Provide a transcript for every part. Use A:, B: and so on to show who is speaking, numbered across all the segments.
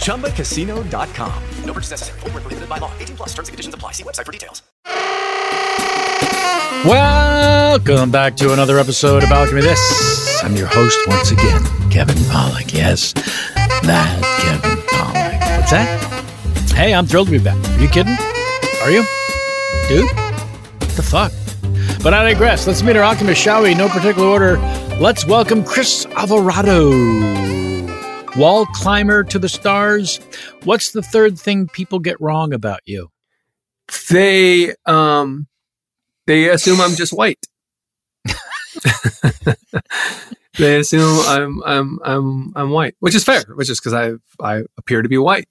A: ChumbaCasino.com. No purchase necessary. Void where prohibited by law. 18 plus terms and conditions apply. See website for details.
B: Welcome back to another episode of Alchemy This. I'm your host once again, Kevin Pollock. Yes, that Kevin Pollock. What's that? Hey, I'm thrilled to be back. Are you kidding? Are you? Dude? What the fuck? But I digress. Let's meet our alchemist, shall we? No particular order. Let's welcome Chris Alvarado, wall climber to the stars. What's the third thing people get wrong about you?
C: they um they assume I'm just white. they assume I'm I'm I'm I'm white, which is fair, which is because I I appear to be white.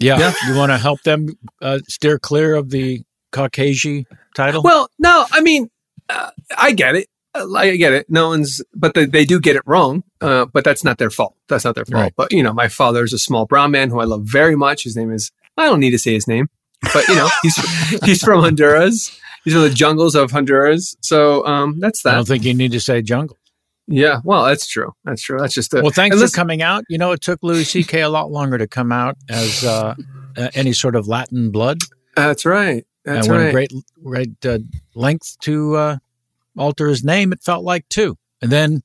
B: Yeah,
C: Yeah.
B: you want to help them uh, steer clear of the Caucasian title.
C: Well, no, I mean uh, I get it. Uh, I get it. No one's, but they, they do get it wrong. Uh, but that's not their fault. That's not their fault.
B: Right.
C: But you know, my father's a small brown man who I love very much. His name is I don't need to say his name, but you know, he's he's from Honduras. He's from the jungles of Honduras. So um, that's
B: I
C: that.
B: don't think you need to say jungle.
C: Yeah, well, that's true. That's true. That's just a,
B: Well, thanks
C: and listen-
B: for coming out. You know, it took Louis C.K. a lot longer to come out as uh, uh, any sort of Latin blood,
C: That's right. That's
B: and went
C: right.
B: great, great uh, length to uh, alter his name. It felt like too, and then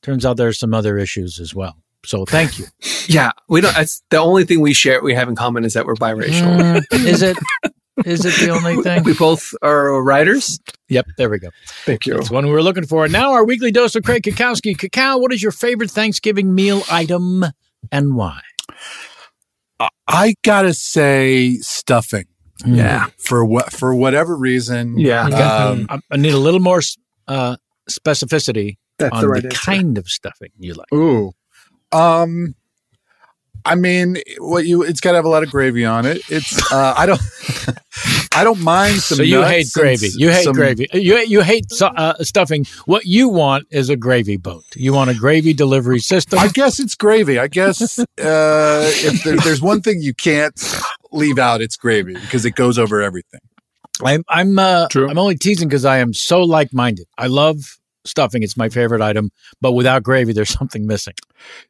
B: turns out there's some other issues as well. So thank you.
C: Yeah, we don't. That's the only thing we share. We have in common is that we're biracial.
B: Mm, is it? Is it the only thing?
C: we both are writers.
B: Yep, there we go.
C: Thank you.
B: That's one we were looking for. Now, our weekly dose of Craig Kakowski. Kakao, what is your favorite Thanksgiving meal item and why?
D: I gotta say, stuffing
B: Mm.
C: Yeah,
D: for what for whatever reason.
C: yeah.
B: Okay.
D: Um,
B: I, I need a little more uh, specificity
C: That's
B: on
C: the
B: the,
C: right answer.
B: kind of stuffing you like.
D: ooh. Um, I mean, what you it's got to have a lot of gravy on it. It's uh, I don't I don't mind some.
B: so you
D: nuts
B: hate
D: and
B: gravy.
D: s-
B: You hate
D: some-
B: gravy. You you hate so- uh, stuffing. What you want is a gravy boat. You want a gravy delivery system.
D: I guess it's gravy. I guess uh, if there, there's one thing you can't leave out, it's gravy because it goes over everything.
B: I'm I'm uh, I'm only teasing because I am so like minded. I love stuffing. It's my favorite item, but without gravy, there's something missing.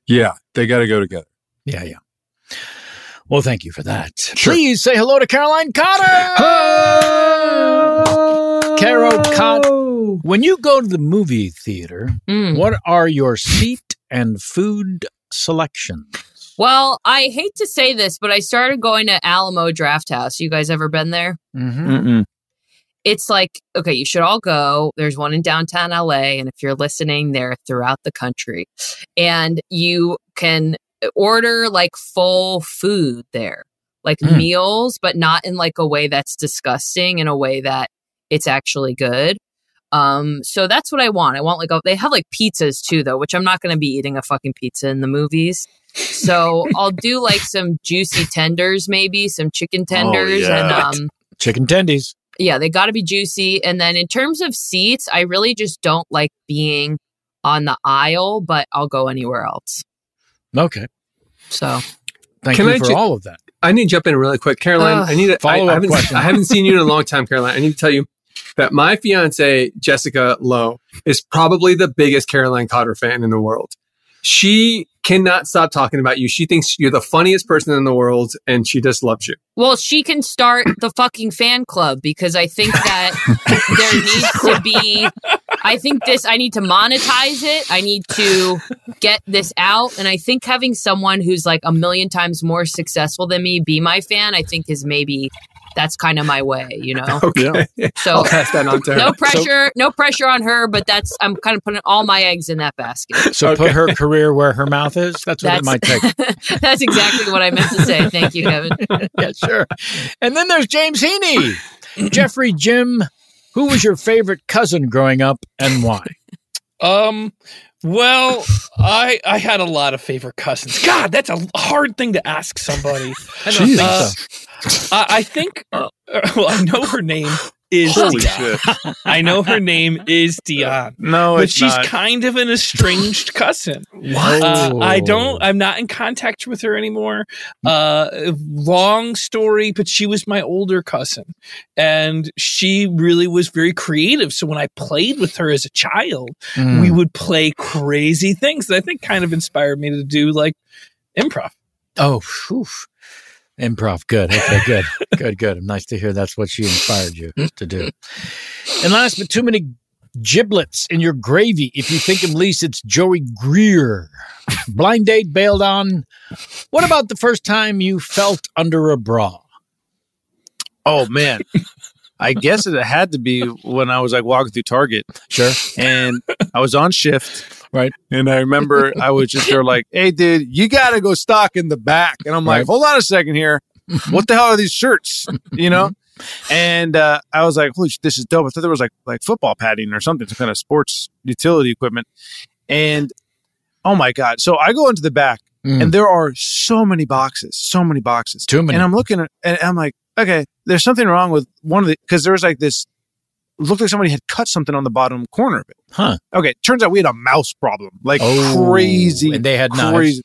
D: Yeah, they got to go together.
B: Yeah, yeah. Well, thank you for that. Please say hello to Caroline Cotter. Caro Cotter. When you go to the movie theater,
E: Mm.
B: what are your seat and food selections?
E: Well, I hate to say this, but I started going to Alamo Draft House. You guys ever been there?
B: Mm-hmm.
E: It's like, okay, you should all go. There's one in downtown LA. And if you're listening, they're throughout the country. And you can order like full food there, like
F: Mm.
E: meals, but not in like a way that's disgusting, in a way that it's actually good. Um, so that's what I want. I want like a, they have like pizzas too though, which I'm not going to be eating a fucking pizza in the movies. So I'll do like some juicy tenders, maybe some chicken tenders, and um,
B: chicken tendies.
E: yeah, they got to be juicy. And then in terms of seats, I really just don't like being on the aisle, but I'll go anywhere else.
B: Okay.
E: So
B: thank
C: Can
B: you
C: I
B: for
C: ju-
B: all of that.
C: I need to jump in really quick, Caroline.
B: Ugh.
C: I need to
B: Follow-up
C: I, I haven't,
B: question.
C: I haven't seen you in a long time, Caroline. I need to tell you that my fiance Jessica Lowe is probably the biggest Caroline Cotter fan in the world. She cannot stop talking about you. She thinks you're the funniest person in the world, and she just loves you.
E: Well, she can start the fucking fan club because I think that there needs to be. I think this, I need to monetize it. I need to get this out. And I think having someone who's like a million times more successful than me be my fan, I think is maybe that's kind of my way, you know?
C: Okay,
E: So
C: I'll pass that on to her.
E: No pressure, no pressure on her, but that's, I'm kind of putting all my eggs in that basket.
B: So put her career where her mouth is. That's what
E: That's-
B: it might take.
E: That's exactly what I meant to say. Thank you, Kevin.
B: yeah, sure. And then there's James Heaney. Jeffrey Jim, who was your favorite cousin growing up and why?
G: Um, well, I I had a lot of favorite cousins. God, that's a hard thing to ask somebody. I don't
B: Jesus.
G: think so. I, I think. uh, well, I know her name is.
D: Holy
G: Dion. I know her name is Dion.
D: No,
G: but
D: it's
G: she's
D: not.
G: kind of an estranged cousin.
D: What?
G: Uh, I
D: Oh.
G: don't. I'm not in contact with her anymore. Uh, long story, but she was my older cousin, and she really was very creative. So when I played with her as a child,
B: Mm.
D: Hmm.
G: we would play crazy things that I think kind of inspired me to do like improv.
B: Oh, phew. improv. Good. Okay, good. good, good. Nice to hear that's what she inspired you
H: Mm-hmm.
B: to do. And last but too many giblets in your gravy. If you think him least, it's Joey Greer. Blind date bailed on. What about the first time you felt under a bra?
H: Oh man. I guess it had to be when I was like walking through Target.
B: Sure.
H: And I was on shift.
B: Right.
H: And I remember I was just there like, hey dude, you gotta go stock in the back. And I'm
B: Right.
H: like, hold on a second here. What the hell are these shirts? You know?
B: Mm-hmm.
H: And uh, I was like, holy shit, this is dope. I thought there was like like football padding or something, some kind of sports utility equipment. And oh my God. So I go into the back
B: Mm.
H: and there are so many boxes, so many boxes.
B: Too many.
H: And I'm looking at and I'm like, okay, there's something wrong with one of the because there was like this looked like somebody had cut something on the bottom corner of it.
B: Huh.
H: Okay. Turns out we had a mouse problem. Like
B: Oh,
H: crazy.
B: and they had knives.
H: crazy.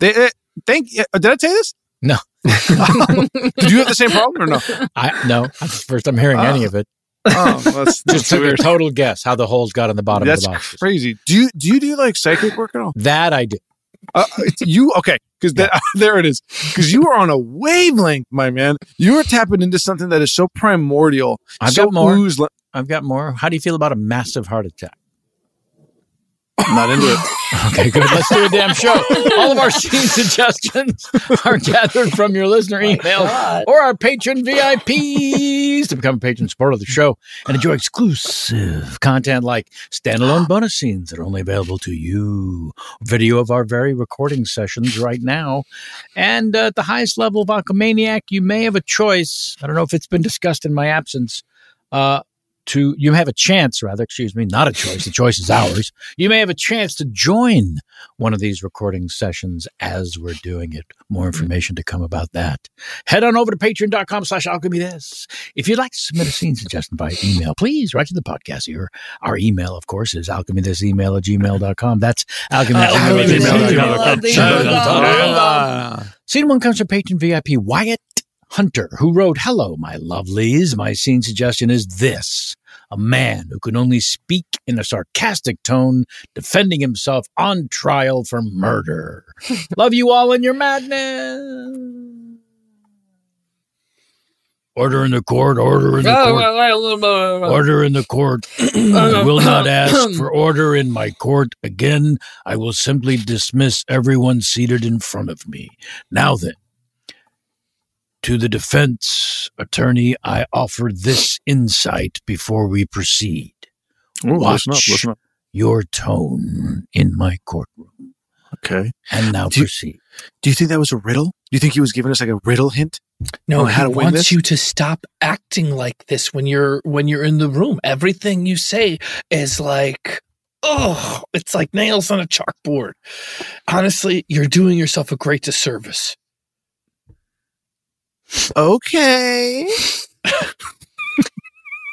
H: They, eh, thank eh, did I tell you this?
B: No.
H: Did you have the same problem or no?
B: I no. That's the first I'm
H: Ah.
B: hearing any of it.
H: Oh, that's,
B: Just took a total guess how the holes got on the bottom
H: that's
B: of the box.
H: crazy. Do you do you do like psychic work at all?
B: That I do.
H: Uh, it's you okay? Because there it is. Because you are on a wavelength, my man. You are tapping into something that is so primordial.
B: I've
H: so
B: got more.
H: ooze-
B: I've got more. How do you feel about a massive heart attack?
H: Not into it.
B: Okay, good. Let's do a damn show. All of our scene suggestions are gathered from your listener emails or our patron VIPs to become a patron supporter of the show and enjoy exclusive content like standalone bonus scenes that are only available to you, video of our very recording sessions right now, and uh, at the highest level of Aquamaniac, you may have a choice. I don't know if it's been discussed in my absence. Uh, to you have a chance rather excuse me not a choice the choice is ours you may have a chance to join one of these recording sessions as we're doing it more information to come about that head on over to patreon.com slash alchemy this if you'd like to submit a scene suggestion by email please write to the podcast here our email of course is alchemy this email at gmail.com that's alchemy at gmail.com scene Uh, one comes from patron vip wyatt Hunter, who wrote, Hello, my lovelies. My scene suggestion is this a man who can only speak in a sarcastic tone, defending himself on trial for murder. Love you all in your madness. Order in the court, order in
G: Oh,
B: the court. Order in the court. I will not ask for order in my court again. I will simply dismiss everyone seated in front of me. Now then, to the defense attorney, I offer this insight before we proceed.
H: Ooh, listen
B: Watch
H: up, listen up.
B: your tone in my courtroom.
H: Okay.
B: And now
H: Do you-
B: proceed.
H: Do you think that was a riddle? Do you think he was giving us like a riddle hint?
G: No,
H: on
G: he wants you to stop acting like this when you're when you're in the room. Everything you say is like, oh, it's like nails on a chalkboard. Honestly, you're doing yourself a great disservice.
H: Okay.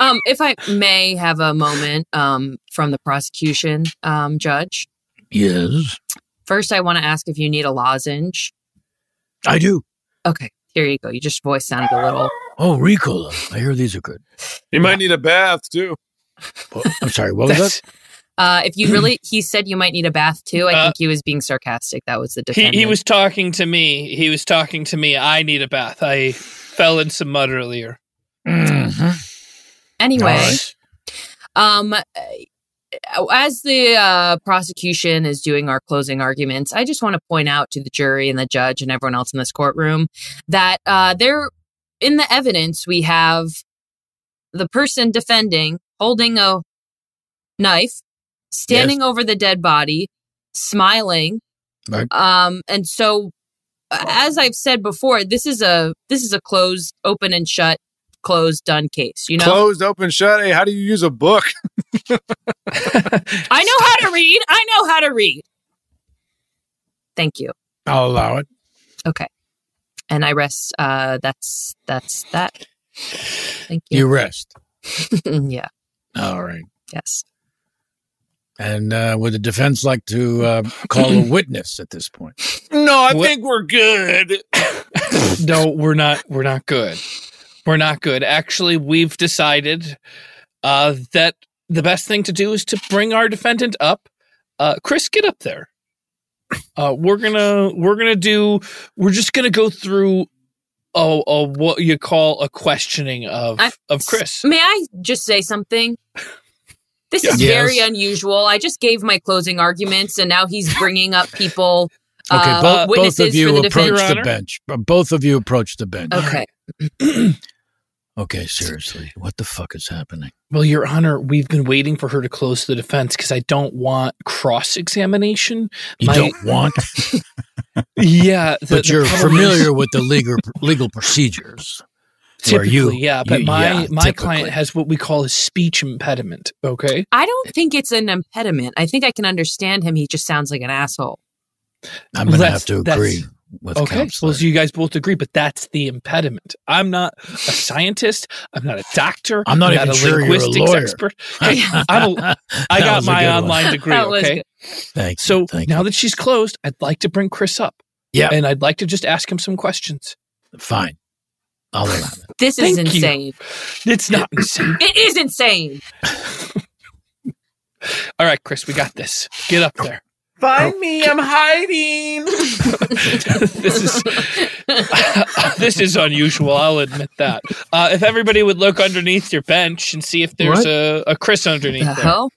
E: Um, if I may have a moment um, from the prosecution um, judge,
B: Yes,
E: first I want to ask if you need a lozenge.
B: I do.
E: Okay, here you go. You just voice sounded a little.
B: Oh, Ricola. I hear these are good.
H: You might need a bath too.
B: I'm sorry. What was that?
E: Uh, if you really, he said you might need a bath too. I
B: Uh,
E: think he was being sarcastic. That was the
G: He,
E: defendant.
G: he was talking to me. He was talking to me. I need a bath. I fell in some mud earlier.
E: Anyway,
G: All right.
E: um, uh, as the uh, prosecution is doing our closing arguments, I just want to point out to the jury and the judge and everyone else in this courtroom that uh, there, in the evidence, we have the person defending holding a knife, standing over the dead body, smiling,
B: Right.
E: um, and so, as I've said before, this is a this is a closed, open and shut, closed, done case. You know,
H: Closed, open, shut. Hey, how do you use a book?
E: I know how to read. I know how to read. Thank you.
B: I'll allow it.
E: Okay, and I rest. Uh, that's that's that. Thank you.
B: You rest.
E: yeah.
B: All right.
E: Yes.
B: And uh, would the defense like to uh, call a witness at this point?
G: No,
B: I
G: think we're good. no, we're not. We're not good. We're not good. Actually, we've decided uh, that the best thing to do is to bring our defendant up. Uh, Chris, get up there. Uh, we're gonna we're gonna do. We're just gonna go through a, a what you call a questioning of
E: I-
G: of Chris.
E: May I just say something? This is
G: Yes.
E: very unusual. I just gave my closing arguments, and now he's bringing up people.
B: Okay,
E: uh,
B: bo- both
E: witnesses
B: of
E: for
B: you
E: the
B: approach
E: defense.
B: the bench. B- Both of you approach the bench.
E: Okay.
B: Okay, seriously. What the fuck is happening?
G: Well, Your Honor, we've been waiting for her to close the defense because I don't want cross examination.
B: You don't want,
G: yeah, Uh, the-
B: but
G: the problem
B: you're
G: is-
B: familiar with the legal legal procedures.
G: typically,
B: where you,
G: yeah. But
B: you-
G: my
B: yeah,
G: my
B: typically.
G: client has what we call a speech impediment. Okay,
E: I don't think it's an impediment. I think I can understand him. He just sounds like an asshole.
B: I'm going to
G: That's-
B: have to
G: that's-
B: agree with
G: okay.
B: counsel.
G: Well, so you guys both agree, but that's the impediment. I'm not a scientist. I'm not a doctor.
B: I'm not even
G: a
B: sure you're a
G: linguistics
B: lawyer.
G: expert. Hey, I'm a, I
B: That
G: got
B: was a
G: my
B: good one.
G: online degree.
E: That was
G: okay.
E: good.
B: Thank
G: so now that she's closed, I'd like to bring Chris up.
B: Yeah.
G: and I'd like to just ask him some questions.
B: Fine. I'll allow it.
E: This is
G: Thank you.
E: insane.
G: It's not insane.
E: It is insane.
G: All right, Chris, we got this. Get up
E: Oh,
G: there.
F: Find me, I'm hiding.
G: this is this is unusual. I'll admit that. Uh, if everybody would look underneath your bench and see if there's
E: What?
G: a, a Chris underneath
E: The
G: there.
E: hell?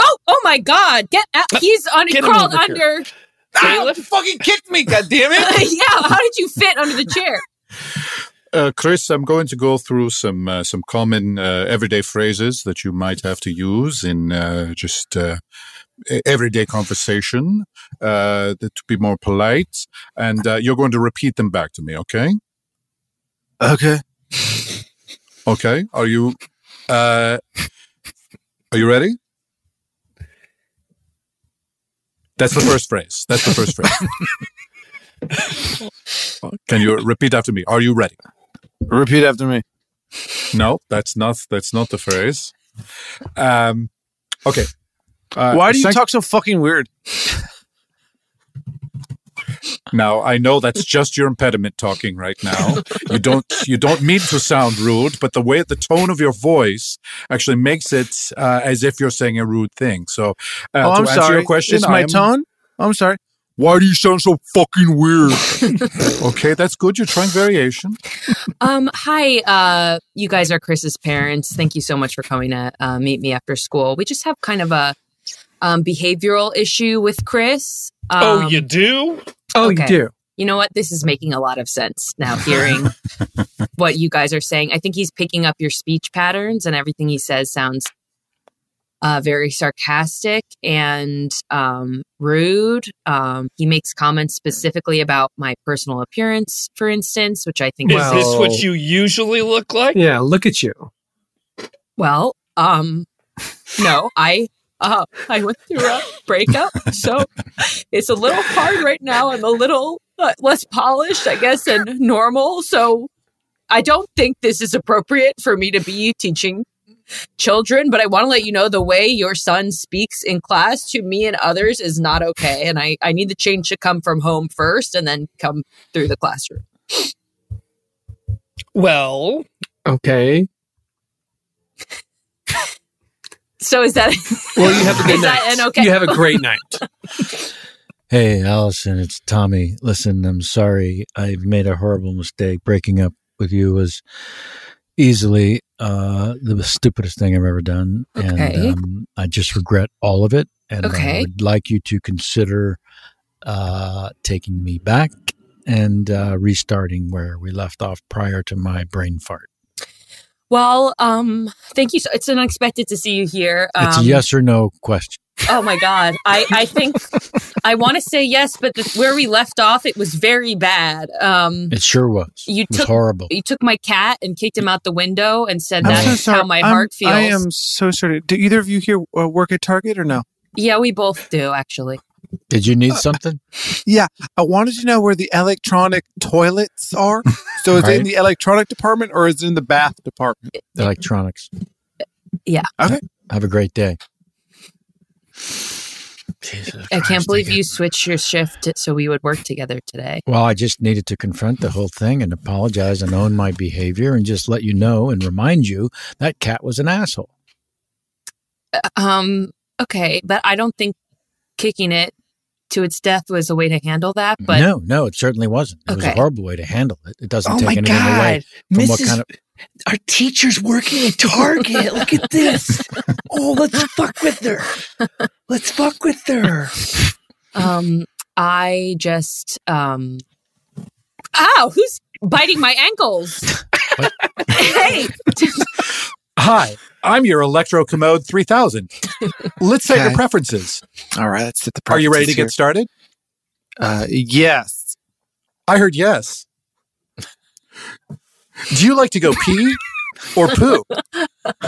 E: Oh, oh my God! Get out! He's on
G: Get him
E: crawled
G: over here.
E: under.
G: Caleb,
F: Ah, fucking kicked me, goddammit.
E: yeah, how did you fit under the chair?
D: Uh, Chris, I'm going to go through some uh, some common uh, everyday phrases that you might have to use in uh, just uh, e- everyday conversation uh, that- to be more polite, and uh, you're going to repeat them back to me. Okay?
H: Okay.
D: Okay. Are you
I: Uh, are you ready? That's the first phrase. That's the first phrase. Can you repeat after me? Are you ready?
H: Repeat after me.
I: No, that's not that's not the phrase. Um, okay. Uh,
H: Why do you
I: sec-
H: talk so fucking weird?
I: Now I know that's just your impediment talking right now. You don't you don't mean to sound rude, but the way the tone of your voice actually makes it uh, as if you're saying a rude thing. So, uh,
H: oh,
I: to
H: I'm
I: answer
H: sorry.
I: your question,
H: Is my
I: I am-
H: tone? Oh, I'm sorry.
I: Why do you sound so fucking weird? okay, that's good. You're trying variation.
E: Um, hi, uh, you guys are Chris's parents. Thank you so much for coming to uh, meet me after school. We just have kind of a um, behavioral issue with Chris. Um,
G: oh, you do?
E: okay. You know what? This is making a lot of sense now, hearing what you guys are saying. I think he's picking up your speech patterns, and everything he says sounds uh, very sarcastic and um, rude. Um, he makes comments specifically about my personal appearance, for instance, which I think
G: Is this what you usually look like?
C: Yeah, look at you.
E: Well, um, no, I uh, I went through a breakup, so it's a little hard right now. I'm a little uh, less polished, I guess, than normal. So I don't think this is appropriate for me to be teaching children. But I want to let you know the way your son speaks in class to me and others is not okay, and I I need the change to come from home first, and then come through the classroom.
G: Well,
C: okay.
E: So is that?
C: Well, you have a good
E: Is that
C: night.
E: an okay-
C: You have a great night.
B: Hey, Allison, it's Tommy. Listen, I'm sorry. I've made a horrible mistake. Breaking up with you was easily uh, the stupidest thing I've ever done.
E: Okay.
B: And um, I just regret all of it. And I
E: Okay.
B: would like you to consider uh, taking me back and uh, restarting where we left off prior to my brain fart.
E: Well, um, thank you. So, it's unexpected to see you here. Um,
B: it's a yes or no question.
E: Oh my God. I, I think I want to say yes, but the, where we left off, it was very bad. Um,
B: It sure was.
E: you
B: it was
E: took
B: horrible.
E: You took my cat and kicked him out the window and said
H: I'm
E: that's
H: so sorry.
E: how my
H: I'm-
E: heart feels.
H: I am so sorry. Do either of you here uh, work at Target or no?
E: Yeah, we both do actually.
B: Did you need something?
H: Uh, Yeah, I wanted to know where the electronic toilets are. So is it in
B: Right.
H: the electronic department or is it in the bath department?
B: Electronics.
E: Yeah.
H: Okay.
B: Have a great day.
E: I can't believe you switched your shift t- so we would work together today.
B: Well, I just needed to confront the whole thing and apologize and own my behavior and just let you know and remind you that cat was an asshole.
E: Um, okay, but I don't think kicking it to its death was a way to handle that. But
B: no, no, it certainly wasn't. It was a
E: Okay.
B: horrible way to handle it. It doesn't
E: Oh
B: take
E: my
B: anything away from
E: God,
B: what
E: Mrs.
B: kind of
E: our teacher's working at Target. Look at this.
F: Oh, let's fuck with her. Let's fuck with her.
E: Um, I just um. Ow! Who's biting my ankles? hey,
I: Hi, I'm your Electro Commode 3000. Let's say your
H: Okay.
I: preferences.
H: All right, let's set the
I: Are you ready to
H: preferences
I: get started?
H: Uh, yes.
I: I heard yes. Do you like to go pee or poo?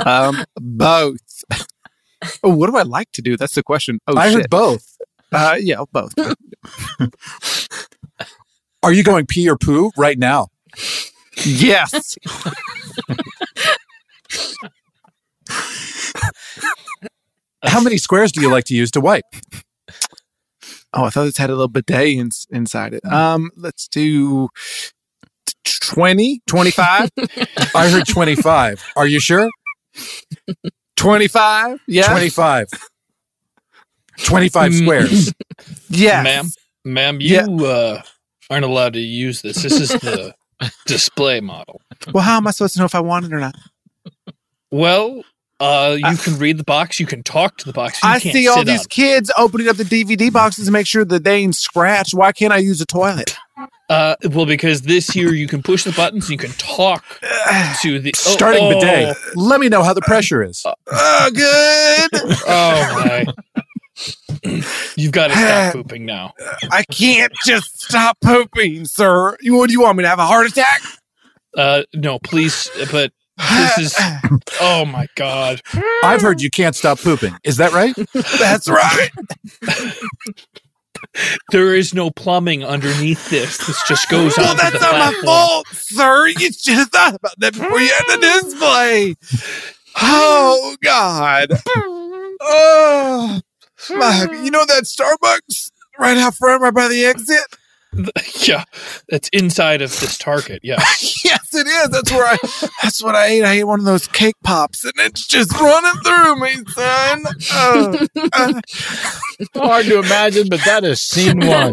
H: Um, both. Oh, what do I like to do? That's the question. Oh,
I: I heard
H: shit.
I: both.
H: Uh, yeah, both.
I: Are you going pee or poo right now?
H: yes.
I: How many squares do you like to use to wipe?
H: Oh, I thought this had a little bidet in, inside it. Um, let's do t- 20, 25.
I: I heard 25. Are you sure?
H: 25? Yeah.
I: 25. 25
H: Mm.
I: squares.
H: Yes.
G: Ma'am, ma'am, you uh, aren't allowed to use this. This is the display model.
H: Well, how am I supposed to know if I want it or not?
G: Well, uh, you can read the box. You can talk to the box. You
H: I
G: can't
H: see all
G: sit
H: these
G: on it.
H: kids opening up the DVD boxes to make sure that they ain't scratched. Why can't I use a toilet?
G: Uh, well, because this here you can push the buttons. You can talk to the oh,
I: Starting
G: oh,
I: bidet. Let me know how the pressure is.
H: Oh, good.
G: Oh my! You've got to stop pooping now.
H: I can't just stop pooping, sir. You, what do you want me to have a heart attack?
G: Uh, no, please, but This is oh my god.
D: I've heard you can't stop pooping. Is that right?
G: That's right. there is no plumbing underneath this. This just goes
H: Well,
G: on.
H: that's
G: the
H: not my
G: platform.
H: fault, sir. You should have thought about that before you had the display. Oh God. Oh, my, you know that Starbucks right out front, right by the exit.
G: Yeah, that's inside of this target. Yeah.
H: yes, it is. That's where I. That's what I ate. I ate one of those cake pops, and it's just running through me, son. Oh, uh,
B: Hard to imagine, but that is scene one.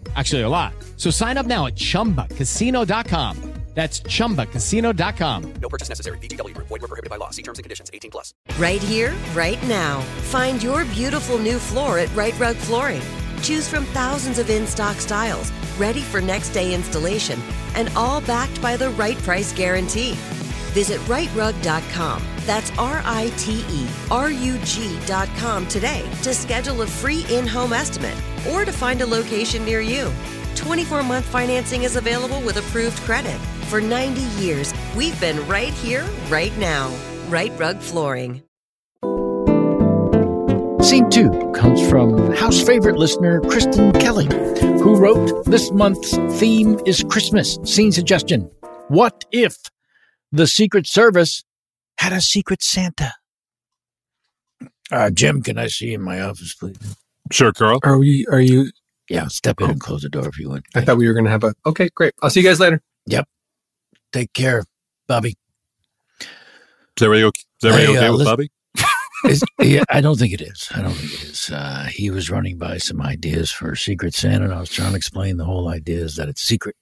J: Actually, a lot. So sign up now at chumbacasino.com. That's chumbacasino.com.
K: No purchase necessary. VGW Group. Void were prohibited by law. See terms and conditions. 18 plus.
L: Right here, right now. Find your beautiful new floor at Right Rug Flooring. Choose from thousands of in stock styles, ready for next day installation, and all backed by the right price guarantee. Visit rightrug.com. That's R I T E R U G.com today to schedule a free in home estimate or to find a location near you. 24 month financing is available with approved credit. For 90 years, we've been right here, right now. Right Rug Flooring.
B: Scene two comes from house favorite listener Kristen Kelly, who wrote This month's theme is Christmas. Scene suggestion What if the Secret Service had a Secret Santa? Uh, Jim, can I see you in my office, please?
D: Sure, Carl.
C: Are we? Are you?
B: Yeah, step in and close the door if you want.
C: I thought we were going to have a. Okay, great. I'll see you guys later.
B: Yep. Take care, Bobby.
D: Is everybody okay, is everybody
B: Hey,
D: okay
B: uh,
D: with
B: listen-
D: Bobby?
B: Is- yeah, I don't think it is. I don't think it is. Uh, he was running by some ideas for Secret Santa, and I was trying to explain the whole idea is that it's secret.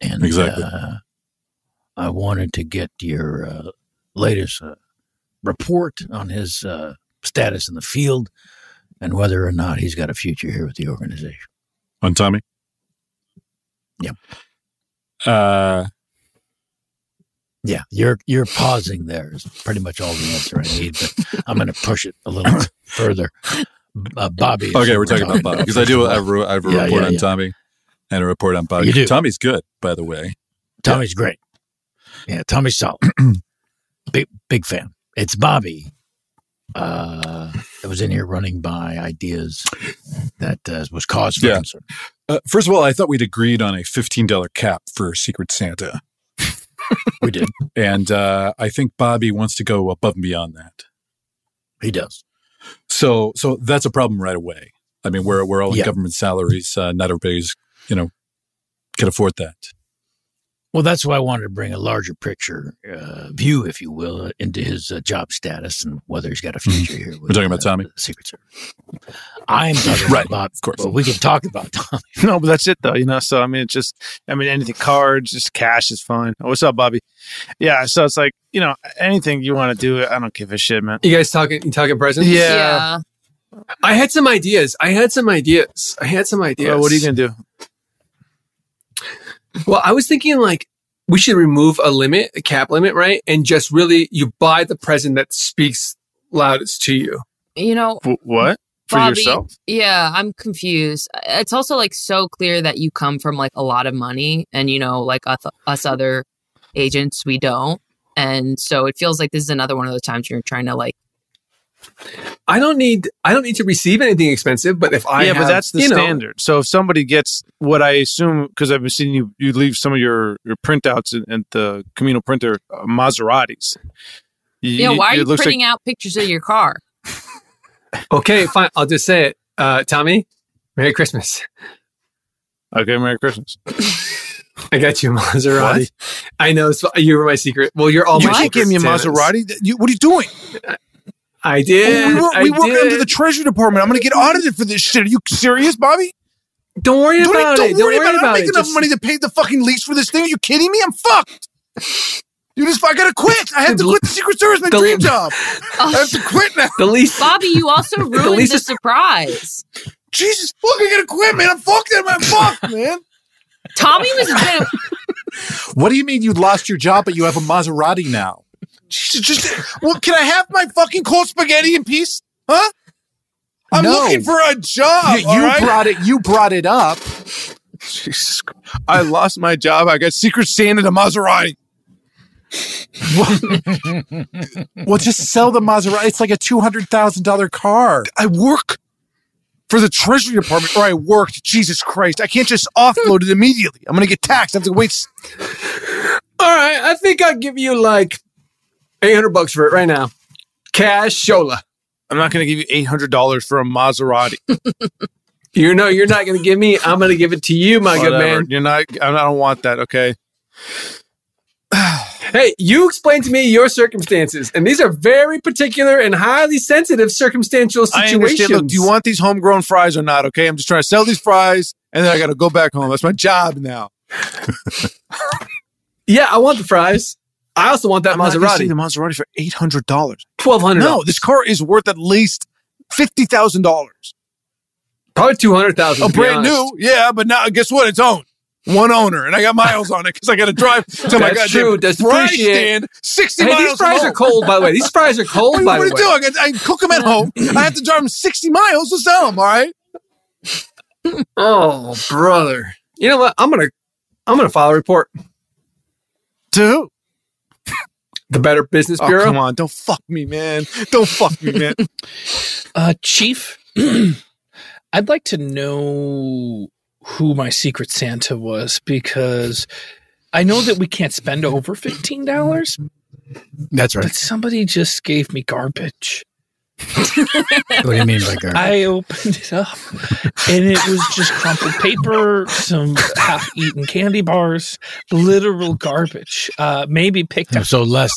B: And
D: Exactly.
B: uh, I wanted to get your uh, latest uh, report on his uh, status in the field and whether or not he's got a future here with the organization.
D: On Tommy?
B: Yeah.
D: Uh,
B: Yeah, you're you're pausing there is pretty much all the answer I need, but I'm going to push it a little further. Uh, Bobby. is
D: okay,
B: who
D: we're talking about Bobby because I do. I have, a- I have a
B: Yeah,
D: report
B: yeah,
D: on
B: yeah.
D: Tommy and a report on Bobby.
B: You do.
D: Tommy's good, by the way.
B: Tommy's great. Yeah, Tommy's solid. big big fan. It's Bobby. Uh, that was in here running by ideas that uh, was cause for
D: Yeah.
B: concern.
D: Uh, first of all, I thought we'd agreed on a $15 cap for Secret Santa.
B: we did.
D: And uh, I think Bobby wants to go above and beyond that.
B: He does.
D: So so that's a problem right away. I mean, we're, we're all on
B: Yeah.
D: government salaries. Uh, not everybody's, you know, can afford that.
B: Well, that's why I wanted to bring a larger picture uh, view, if you will, into his uh, job status and whether he's got a future here.
D: We're talking about Tommy?
B: Uh, Secret Service. I'm talking
H: Right,
B: about,
D: of course.
B: Well, we can talk about Tommy.
H: no, but that's it though, you know. So I mean, it's just, I mean, anything, cards, just cash is fine. Oh, what's up, Bobby? Yeah, so it's like, you know, anything you want to do, I don't give a shit, man.
C: You guys talking? You talking presents?
H: Yeah.
C: I had some ideas. I had some ideas. I had some ideas.
H: Well, what are you gonna do?
C: Well, I was thinking like we should remove a limit, a cap limit, right? And just really, you buy the present that speaks loudest to you.
E: You know,
H: what
E: Bobby, Yeah, I'm confused. It's also like so clear that you come from like a lot of money, and you know, like us, us other agents, we don't, and so it feels like this is another one of those times you're trying to like.
C: I don't need. I don't need to receive anything expensive, but if I
H: yeah, but
C: have,
H: that's the
C: you know-
H: standard. so if somebody gets what I assume, because I've been seeing you, you leave some of your your printouts in- at the communal printer uh, Maseratis.
E: Yeah, why are
H: it
E: you
H: looks like-
E: printing out pictures of your car?
C: Okay, fine. I'll just say it. Uh, Tommy, Merry Christmas.
H: Okay, Merry Christmas.
C: I got you, Maserati. I know so you were my secret. Well, you're all
H: You
C: my
H: can't
C: secret
H: give me a
C: Santas.
H: Maserati. Th- You, what are you doing?
C: I did.
H: We, work,
C: I
H: we work
C: did.
H: under the Treasury Department. I'm going to get audited for this shit. Are you serious, Bobby?
C: Don't worry
H: don't,
C: about
H: don't
C: it.
H: Worry about it. I make
C: it.
H: enough
C: Just-
H: money to pay the fucking lease for this thing. Are you kidding me? I'm fucked. Dude, this, I gotta quit. I have to quit the Secret Service, my
C: The-
H: dream job. I have to quit now.
C: The lease.
E: Bobby, you also ruined the,
H: least is-
E: surprise.
H: Jesus, fuck, I gotta quit, man. I'm fucked. I'm fucked, man.
E: Tommy was
D: What do you mean you lost your job, but you have a Maserati now?
H: Jesus, just well, can I have my fucking cold spaghetti in peace? Huh? I'm
D: No.
H: looking for a job.
D: You- you brought
H: it. You brought it up. Jesus, Christ. I lost my job. I got Secret Santa to Maserati.
D: well, just sell the Maserati. It's like a $200,000 car.
H: I work for the Treasury Department, or I worked. Jesus Christ, I can't just offload it immediately. I'm gonna get taxed. I have to wait. s-
C: All right, I think I'll give you like eight hundred bucks for it right now, cash, Shola.
H: I'm not gonna give you eight hundred dollars for a Maserati.
C: You know, you're not going to give me. I'm going to give it to you, my good
H: Whatever.
C: man.
H: You're not. I don't want that. Okay.
C: Hey, you explain to me your circumstances, and these are very particular and highly sensitive circumstantial
H: I understand.
C: situations.
H: Look, do you want these homegrown fries or not? Okay, I'm just trying to sell these fries, and then I got to go back home. That's my job now.
C: yeah, I want the fries. I also want that
H: I'm not gonna
C: Maserati.
H: see the Maserati for eight hundred dollars.
C: Twelve hundred.
H: No, this car is worth at least fifty thousand dollars.
C: Probably two hundred thousand.
H: Oh, brand new, yeah. But now, guess what? It's owned. One owner, and I got miles on it because I got to drive to my
C: That's
H: goddamn
C: true. That's
H: fry
C: appreciate-
H: stand. Sixty
C: Hey,
H: miles.
C: these fries
H: from
C: are
H: home.
C: cold, by the way. These fries are cold,
H: What do you
C: by
H: want
C: the
H: me to
C: way.
H: do? I, got, I cook them at home. I have to drive them sixty miles to sell them. All right.
C: Oh, brother. You know what? I'm gonna I'm gonna file a report.
H: To who?
C: The Better Business
H: Oh,
C: Bureau.
H: come on, don't fuck me, man. Don't fuck me, man.
G: Uh, Chief, I'd like to know who my secret Santa was because I know that we can't spend over fifteen dollars,
B: That's
G: but somebody just gave me garbage.
B: what do you mean by garbage?
G: I opened it up and it was just crumpled paper, some half eaten candy bars, literal garbage. Uh, maybe picked up.
B: so less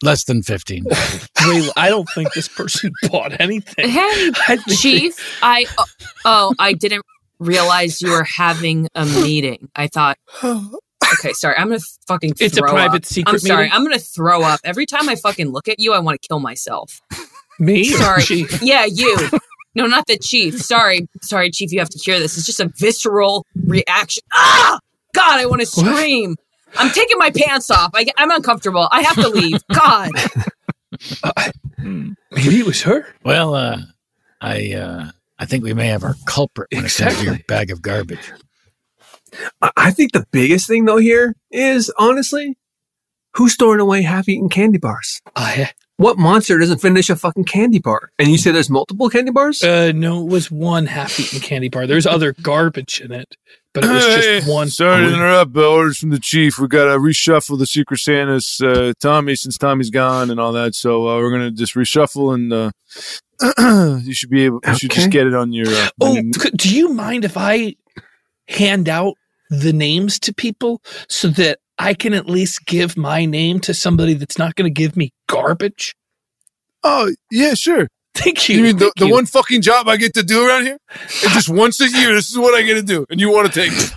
B: less than 15.
G: Wait, I don't think this person bought anything.
E: Hey,
G: I think they-
E: Chief, I oh, oh, I didn't realize you were having a meeting. I thought. Okay, sorry. I'm gonna fucking. Throw
G: It's a private
E: up.
G: secret
E: I'm sorry.
G: meeting?
E: I'm gonna throw up every time I fucking look at you. I want to kill myself.
G: Me? or
E: Sorry.
G: Chief?
E: Yeah, you. No, not the chief. Sorry, sorry, chief. You have to hear this. It's just a visceral reaction. Ah, God, I want to scream. I'm taking my pants off. I, I'm uncomfortable. I have to leave. God.
G: Maybe it was her.
B: Well, uh, I uh, I think we may have our culprit when it comes to your bag of garbage.
C: I- I think the biggest thing though here is honestly, who's throwing away half eaten candy bars?
G: I
C: What monster doesn't finish a fucking candy bar? And you say there's multiple candy bars?
G: Uh, no, it was one half-eaten candy bar. There's other garbage in it, but it was just one.
H: Sorry to interrupt, but orders from the chief. We got to reshuffle the Secret Santa's uh, Tommy since Tommy's gone and all that. So uh, we're gonna just reshuffle, and uh, you should be able. You should just
G: Okay.
H: get it on your. Uh,
G: Oh, c- do you mind if I hand out the names to people so that I can at least give my name to somebody that's not going to give me garbage?
H: Oh, yeah, sure.
G: Thank you.
H: mean the,
G: thank
H: the
G: you.
H: one fucking job I get to do around here? It's just once a year. This is what I get to do, and you want to take it?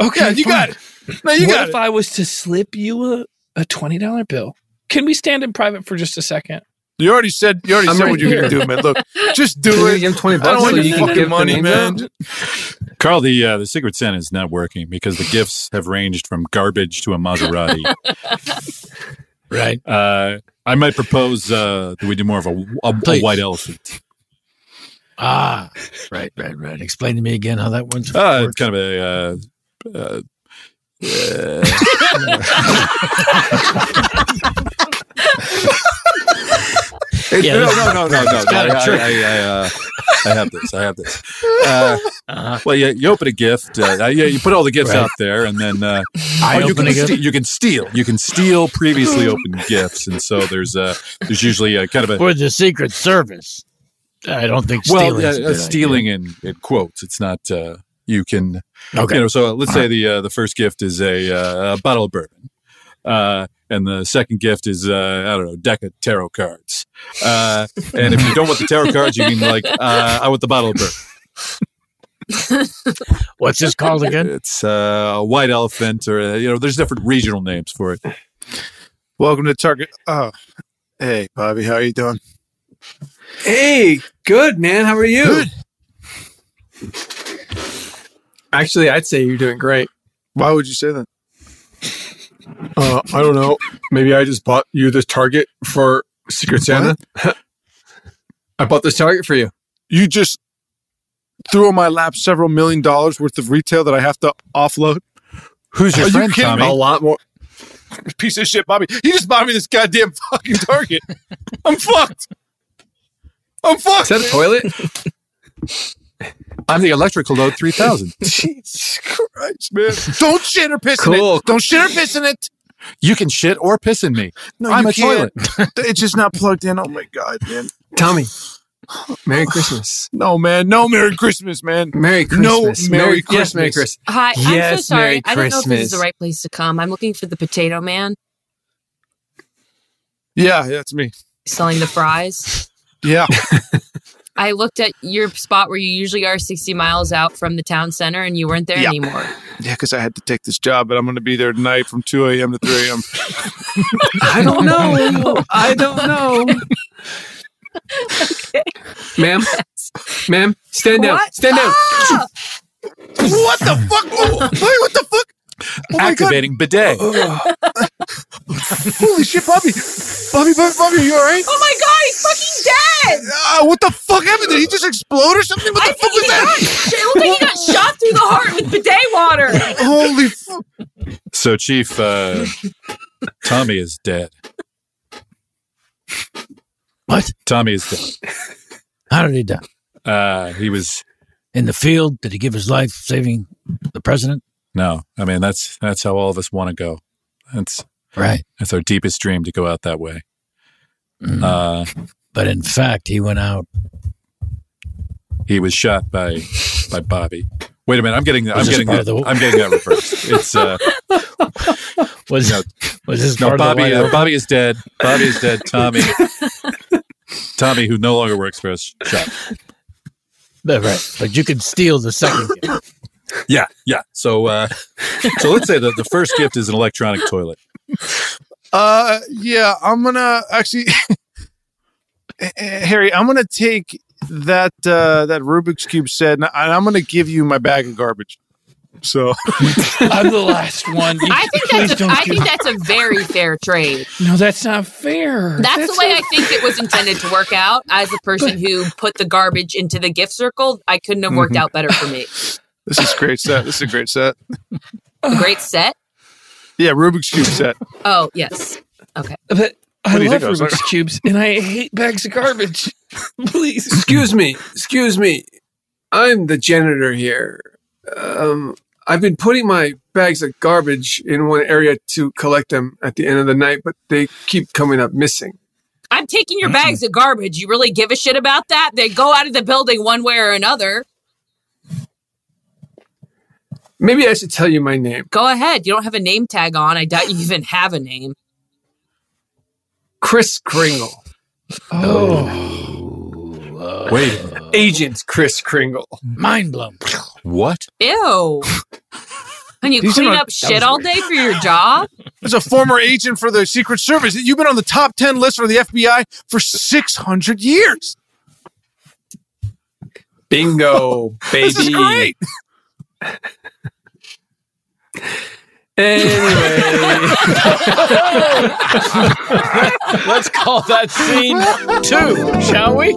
G: Okay,
H: Yeah, you got it. No, you
G: what
H: got
G: if
H: it.
G: I was to slip you a, a twenty dollar bill? Can we stand in private for just a second?
H: You already said you already
G: I'm
H: said
G: right
H: what you're gonna
G: here.
H: do, man. Look, just do
G: Can
H: it.
G: you give him 20
H: I don't
G: bucks
H: want
G: so
H: your
G: you can
H: fucking
G: give the
H: money,
G: name
H: man.
D: Carl, the uh, the Secret Santa is not working because the gifts have ranged from garbage to a Maserati.
B: right.
D: Uh, I might propose uh, that we do more of a, a, a
B: Please.
D: white elephant.
B: Ah, right, right, right. Explain to me again how that one's.
D: Uh, it's kind of a. Uh, uh, It-
B: Yeah,
D: no,
B: this is-
D: no, no, no, no,
B: it's kinda
D: no, I-
B: true.
D: I, I, uh, I have this. I have this. Uh, Well, you, you open a gift. Uh, yeah, you put all the gifts
B: Uh-huh. Right.
D: out there, and then uh,
B: I
D: you
B: open
D: can
B: a gift?
D: ste- you can steal. You can steal previously opened gifts, and so there's uh, there's usually a kind of a
B: for the Secret Service. I don't think
D: well,
B: stealing.
D: yeah, uh, stealing in, in quotes. It's not uh, you can.
B: Okay.
D: You know, so let's
B: All
D: say
B: right.
D: the uh, the first gift is a, uh, a bottle of bourbon, uh, and the second gift is uh, I don't know, deck of tarot cards. Uh, and if you don't want the tarot cards, you can like uh, I want the bottle of bourbon.
B: What's this called again?
D: It's uh, a white elephant, or uh, you know, there's different regional names for it.
B: Oh
H: Welcome to Target. Oh, hey, Bobby, how are you doing?
C: Hey, good man. How are you? Actually, I'd say you're doing great.
H: Why would you say that?
C: Uh, I don't know. Maybe I just bought you this target for Secret Santa. I bought this target for you.
H: You just threw on my lap several million dollars worth of retail that I have to offload.
D: Who's
C: your friend, Tommy? A lot more.
H: Piece of shit, Bobby. He just bought me this goddamn fucking target. I'm fucked. I'm fucked.
C: Is that a toilet?
D: I'm the electrical load three thousand.
H: Jesus Christ, man. Don't shit or piss in
D: Cool.
H: it. Don't shit or piss in it.
D: You can shit or piss in me. I'm
H: you
D: a
H: can't. it's just not plugged in. Oh my god, man.
C: Tommy, Merry Christmas.
H: No, man. No Merry Christmas, man.
C: Merry Christmas.
H: No Merry
C: Merry-
H: Christmas.
C: yes, Merry Christmas.
E: Hi, I'm so
C: Yes,
E: sorry.
C: Merry
E: I don't know if this is
C: Christmas.
E: the right place to come. I'm looking for the potato man
H: Yeah, that's me.
E: selling the fries.
H: Yeah.
E: I looked at your spot where you usually are 60 miles out from the town center and you weren't there
H: Yeah.
E: anymore.
H: Yeah, because I had to take this job, but I'm going to be there tonight from 2 a.m. to 3 a.m.
C: I
E: Oh,
C: don't know. I don't
G: Oh.
C: know. Ma'am, ma'am, stand down.
H: What?
C: Stand down.
H: Ah! what the fuck? Oh, hey, what the fuck? Oh my God.
D: Activating bidet.
B: Oh,
H: Holy shit, Bobby. Bobby, Bobby, Bobby, are you all right?
E: Oh my god, he's fucking dead!
H: Uh, what the fuck happened? Did he just explode or something? What the fuck was that?
E: It looked like he got shot through the heart with bidet water.
H: Holy fuck.
D: So, Chief, uh, Tommy is dead.
B: What?
D: Tommy is dead.
B: How did he die?
D: Uh, he was
B: In the field? Did he give his life saving the president?
D: no. I mean, that's that's how all of us want to go. That's
B: Right. Mm-hmm.
D: That's our deepest dream to go out that way. Uh,
B: But in fact, he went out.
D: he was shot by by Bobby. Wait a minute, I'm getting I'm
B: this
D: getting
B: part
D: that,
B: of the-
D: I'm getting that reversed. It's uh,
B: Was
D: no,
B: was this
D: no
B: part of the
D: Bobby
B: white
D: uh,
B: elephant?
D: Bobby is dead. Bobby is dead. Tommy Tommy, who no longer works for us, shot.
B: Uh, right. But you could steal the second. gift.
D: Yeah, yeah. So, uh, so let's say that the first gift is an electronic toilet.
H: Uh, yeah, I'm going to actually, Eh, eh, Harry, I'm going to take that uh, that Rubik's Cube set and I- I'm going to give you my bag of garbage. So
G: I'm the last one. You-
E: I think
G: please
E: that's a,
G: don't
E: I
G: give
E: think
G: me-
E: that's a very fair trade.
G: No, that's not fair.
E: That's, the way I think it was intended to work out. As a person who put the garbage into the gift circle, I couldn't have worked
G: Mm-hmm.
H: Mhm.
E: out better for me.
H: this is a great set. This is a great set.
E: A great set.
H: Yeah, Rubik's Cube set.
E: Oh yes. Okay.
G: But I
H: do you
G: love
H: think I was
G: Rubik's
H: like?
G: cubes, and I hate bags of garbage. Please,
C: excuse me, excuse me. I'm the janitor here. Um, I've been putting my bags of garbage in one area to collect them at the end of the night, but they keep coming up missing.
E: I'm taking your bags of garbage. You really give a shit about that? They go out of the building one way or another.
C: Maybe I should tell you my name,
E: Go ahead. You don't have a name tag on. I doubt you even have a name.
C: Chris Kringle.
E: Oh.
C: Wait, Agent Chris Kringle.
B: Oh. Mind blown.
C: What?
E: Ew. And you
H: These
E: clean
H: are not-
E: up shit
H: that was
E: all
H: weird.
E: day for your job?
H: As a former agent for the Secret Service, you've been on the top 10 list for the FBI for 600 years.
C: Bingo, baby.
H: This is great.
C: anyway.
B: Let's call that scene two, shall we?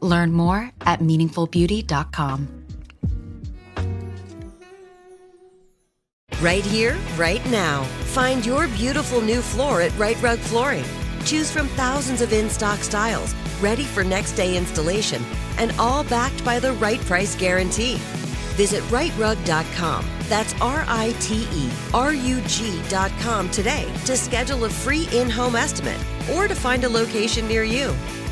M: Learn more at meaningfulbeauty.com.
L: Right here, right now. Find your beautiful new floor at Right Rug Flooring. Choose from thousands of in stock styles, ready for next day installation, and all backed by the right price guarantee. Visit rightrug.com. That's R I T E R U G.com today to schedule a free in home estimate or to find a location near you.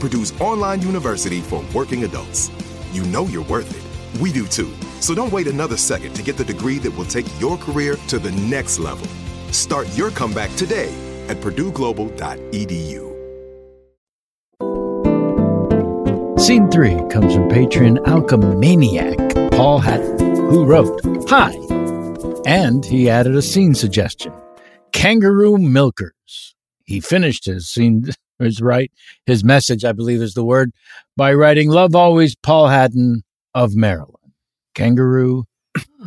N: Purdue's online university for working adults. You know you're worth it. We do too. So don't wait another second to get the degree that will take your career to the next level. Start your comeback today at purdueglobal.edu.
B: Scene three comes from patron Alchemaniac Paul Hatton, who wrote, Hi! And he added a scene suggestion Kangaroo Milkers. He finished his scene, his right, his message, I believe is the word, by writing, Love always Paul Hatton of Maryland. Kangaroo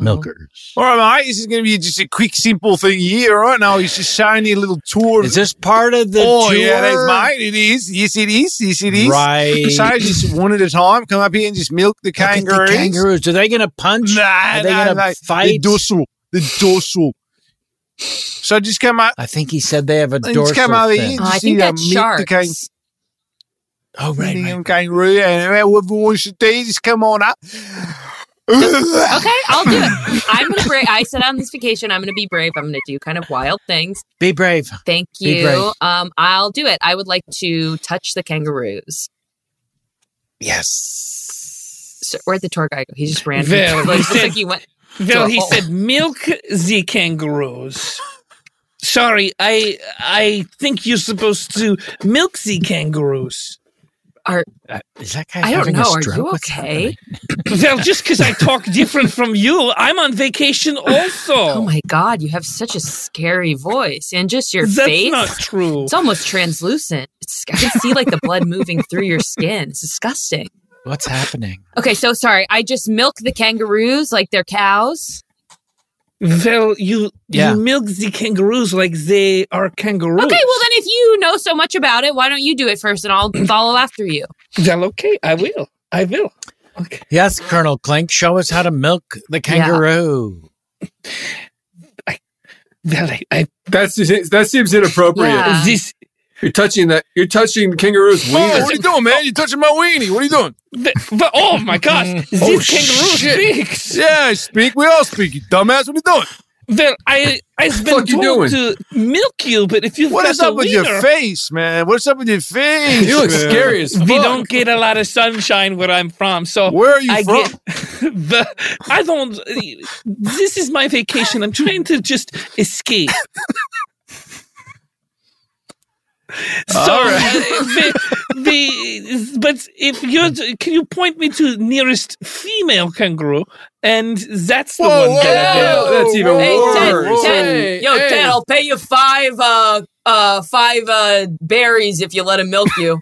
B: milkers.
H: All right, mate. This is going to be just a quick, simple thing here. All right now, it's just shiny little tour. Is
B: this part of the
H: Oh yeah,
B: tour?
H: that's mate. It is. Yes, it is. Yes, it is.
B: Right.
H: So just one at a time. Come up here and just milk the kangaroos.
B: kangaroos. Are they going to punch?
H: Nah,
B: Are they
H: nah,
B: gonna
H: nah. The
B: fight?
H: dorsal. The dorsal. So just come up.
B: I think he said they have a
H: Just come
B: dorsal
H: over
B: fin.
H: here. and
B: Oh, I
H: just,
B: think
H: you know,
B: that's
H: milk the kang-
B: sharks. Oh, right,
H: right. Kangaroo, and uh, whatever we should do, just come on up.
E: okay, I'll do it. I'm gonna brave. I said on this vacation, I'm gonna be brave. I'm gonna do kind of wild things.
B: Be brave.
E: Thank
B: Be brave.
E: you. Um, I'll do it. I would like to touch the kangaroos.
B: Yes.
E: So, where'd the tour guy go? He just ran.
G: Well,
E: Like,
G: he
E: looks
G: said-
E: like he went.
G: Well, he
E: Oh.
G: said milk the kangaroos. Sorry, I I think you're supposed to milk the kangaroos.
E: Are
B: is that
E: I don't know. Are you okay?
G: well, just because I talk different from you, I'm on vacation also.
E: Oh my god, you have such a scary voice and just your
G: That's
E: face.
G: not true.
E: It's almost translucent. It's, I can see like the blood moving through your skin. It's disgusting.
B: What's happening?
E: Okay, so sorry. I just milk the kangaroos like they're cows.
G: Well, you
B: Yeah.
G: you milk the kangaroos like they are kangaroos.
E: Okay, well then, if you know so much about it, why don't you do it first, and I'll follow after you.
G: Well, okay, I will. I will.
B: Yes, Colonel Clink, show us how to milk the kangaroo.
C: That seems that seems inappropriate.
B: Yeah.
G: This-
C: you're touching that. You're touching the kangaroo's wiener.
H: Oh, what are you doing, man? You're touching my weenie. What are you doing? Mm.
G: oh my gosh, this kangaroo speaks.
H: Yeah, I speak. We all speak. You dumbass. What are you doing?
G: Well, I I've been
H: fuck you
G: told
H: doing?
G: to milk you, but if you
H: What
G: got
H: is up
G: a
H: with
G: wiener,
H: your face, man? What's up with your face? man?
G: We don't get a lot of sunshine where I'm from, so
H: Where are you
G: I
H: from?
G: Get, the, I don't. This is my vacation. I'm trying to just escape. So
H: All right.
G: uh, the, the but if you can you point me to nearest female kangaroo and that's the one that I will-
E: hey, Ted, Ted, yo, Ted, I'll pay you five, uh, uh, five uh, berries if you let him milk you.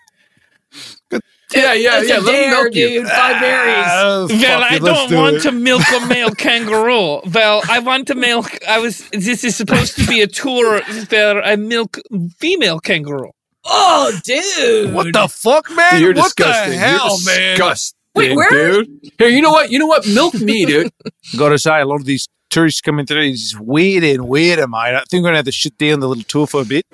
C: Yeah, yeah,
E: That's A
C: yeah, let him
E: dare,
C: milk you.
E: dude. Five berries.
C: Ah, fuck
G: well,
C: it,
G: I
C: let's
G: don't
C: do
G: want
C: it.
G: to milk a male kangaroo. Well, I want to milk. I was. This is supposed to be a tour where I milk female kangaroo.
E: Oh, dude!
H: What the fuck, man?
C: You're
H: what
C: disgusting.
H: the hell,
C: You're
H: man?
C: disgusting, Wait, where- dude. Here, you know what? You know what? Milk me, dude.
H: Got to say, a lot of these tourists coming through is just weirder and weirder, mate. I think we're going to have to shut down the little tour for a bit.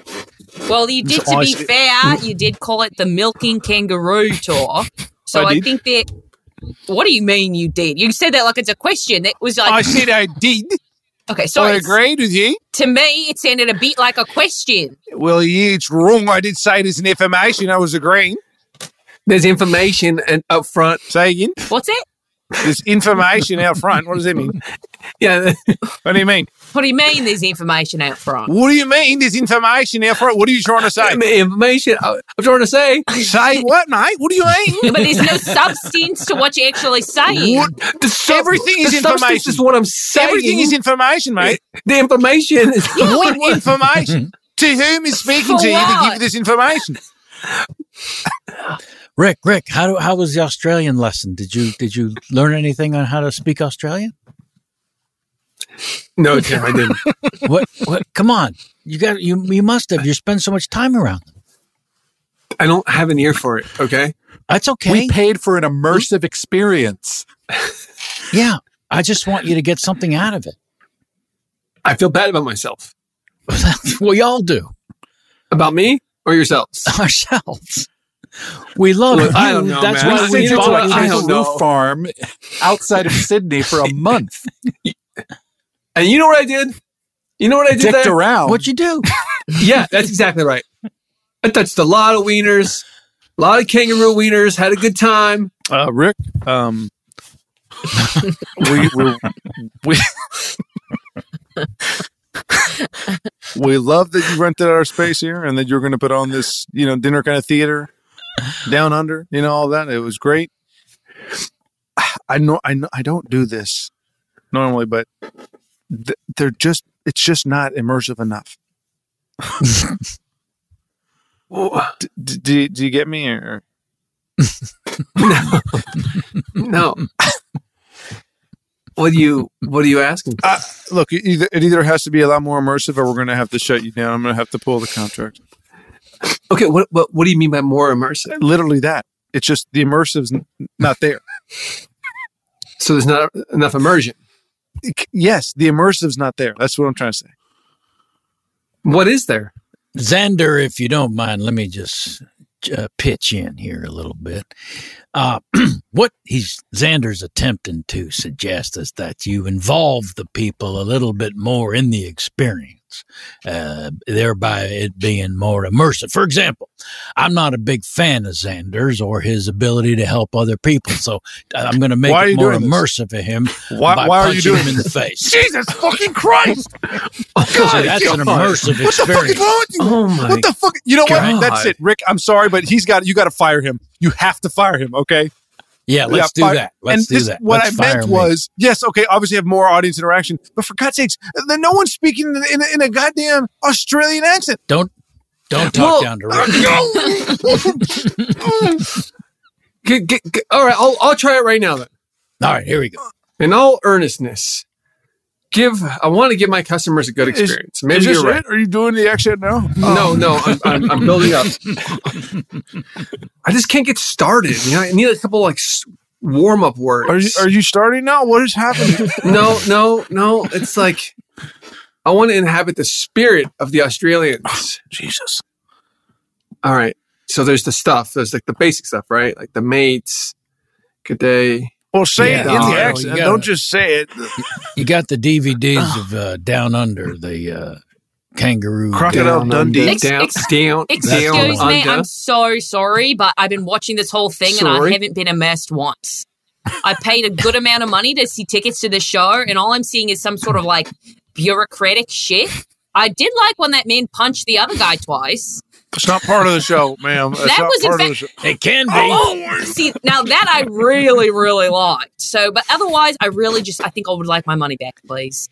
E: Well, you did,
H: Just
E: to be
H: ice it.
E: fair, you did call it the milking kangaroo tour. So
H: I
E: I,
H: did.
E: think that. What do you mean you did? You said that like it's a question. That was like
H: I said I did.
E: Okay, sorry.
H: I agreed with you.
E: To me, it sounded a bit like a question.
H: Well, yeah, it's wrong. I did say there's an information. I was agreeing.
C: There's information and up front.
H: Say again.
E: What's it?
H: There's information out front. What does that mean?
C: Yeah.
H: What do you mean?
E: What do you mean? There's information out front.
H: What do you mean? There's information out front. What are you trying to say?
C: Information. I'm trying to say.
H: Say what, mate? What do you mean?
E: Yeah, but there's no substance to what you're actually saying.
H: What? Everything
C: the
H: is
C: substance
H: information.
C: is what I'm saying.
H: Everything is information, mate.
C: The information is
H: what information? to whom is speaking
C: For
H: to you to
C: what?
H: give you this information?
B: Rick, Rick, how do, how was the Australian lesson? Did you did you learn anything on how to speak Australian?
C: No, Tim, I didn't.
B: What what come on. You got you you must have. You spend so much time around them.
C: I don't have an ear for it. Okay.
B: That's okay.
D: We paid for an immersive experience.
B: Yeah. I just want you to get something out of it.
C: I feel bad about myself.
B: we all do.
C: About me or yourselves?
B: Ourselves. We love
C: Look,
B: you.
C: I don't know,
B: That's
C: man.
B: why
C: We
B: we
C: sent you to
B: bought
C: a
B: you.
C: kangaroo
D: farm outside of Sydney for a month.
C: And you know what I did? You know what I did?
D: Dicked
C: there?
D: around.
B: What'd you do?
C: yeah, that's exactly right. I touched a lot of wieners, a lot of kangaroo wieners. Had a good time.
H: Uh, Rick, um, we, we, we, we love that you rented our space here and that you're going to put on this, you know, dinner kind of theater down under, you know, all that. It was great. I know, I know, I don't do this normally, but th- they're just, it's just not immersive enough. D- d- do, do you get me? Or?
C: No, What do you What are you asking?
H: Uh, look, it either, it either has to be a lot more immersive, or we're going to have to shut you down. I'm going to have to pull the contract.
C: Okay, what what what do you mean by more immersive?
H: Literally that. It's just the immersive's n- not there.
C: So there's not enough immersion.
H: Yes, the immersive's not there. That's what I'm trying to say.
C: What is there?
B: Xander, if you don't mind, let me just uh, pitch in here a little bit. Uh, what he's Xander's attempting to suggest is that you involve the people a little bit more in the experience, uh, thereby it being more immersive. For example, I'm not a big fan of Xander's or his ability to help other people, so I'm going to make
H: Why are you
B: it more
H: doing this?
B: immersive for him
H: Why-
B: by
H: why are you
B: punching
H: doing
B: him in the
H: this?
B: face.
H: Jesus fucking Christ!
B: So Oh, that's an immersive
H: What the fuck is
B: experience.
H: wrong with you?
B: Oh my
H: what the fuck? You know
B: God.
H: what? That's it, Rick. I'm sorry, but he's got. You got to fire him. You have to fire him. Okay.
B: Yeah, let's do
H: fire-
B: that. Let's
H: and
B: do
H: this-
B: that.
H: What
B: Let's
H: I
B: fire
H: meant
B: me.
H: was, yes, okay, obviously have more audience interaction, but for God's sakes, then no one's speaking in, in, in a goddamn Australian accent.
B: Don't don't talk down to Rick.
C: G- g- g- all right, I'll I'll try it right now then.
B: All right, here we go.
C: In all earnestness, give I want to give my customers a good
H: Is-
C: experience. Maybe
H: is this
C: you're right.
H: it? Are you doing the accent now? Oh.
C: No, no, I'm, I'm, I'm building up. I just can't get started. You know, I need a couple like warm up words.
H: Are you, are you starting now? What is happening?
C: no, no, no. It's like I want to inhabit the spirit of the Australians.
H: Oh, Jesus.
C: All right. So there's the stuff. There's like the basic stuff, right? Like the mates. Good day.
H: Well, say it
B: Yeah,
H: in
B: no,
H: the accent.
B: you gotta-
H: Don't just say it.
B: You got the DVDs of uh, Down Under, the uh, kangaroo
H: Crocodile
B: down
H: Dundee.
B: under.
E: Ex- ex- Excuse me, I'm so sorry, but I've been watching this whole thing and I
B: Sorry?
E: haven't been immersed once. I paid a good amount of money to see tickets to the show, and all I'm seeing is some sort of like bureaucratic shit. I did like when that man punched the other guy twice.
H: It's not part of the show, ma'am. It's
E: That
H: not
E: was in
H: part of the
E: fact-
H: show.
B: It can
E: Oh, see, now that I really, really liked. So, but otherwise, I really just, I think I would like my money back, please.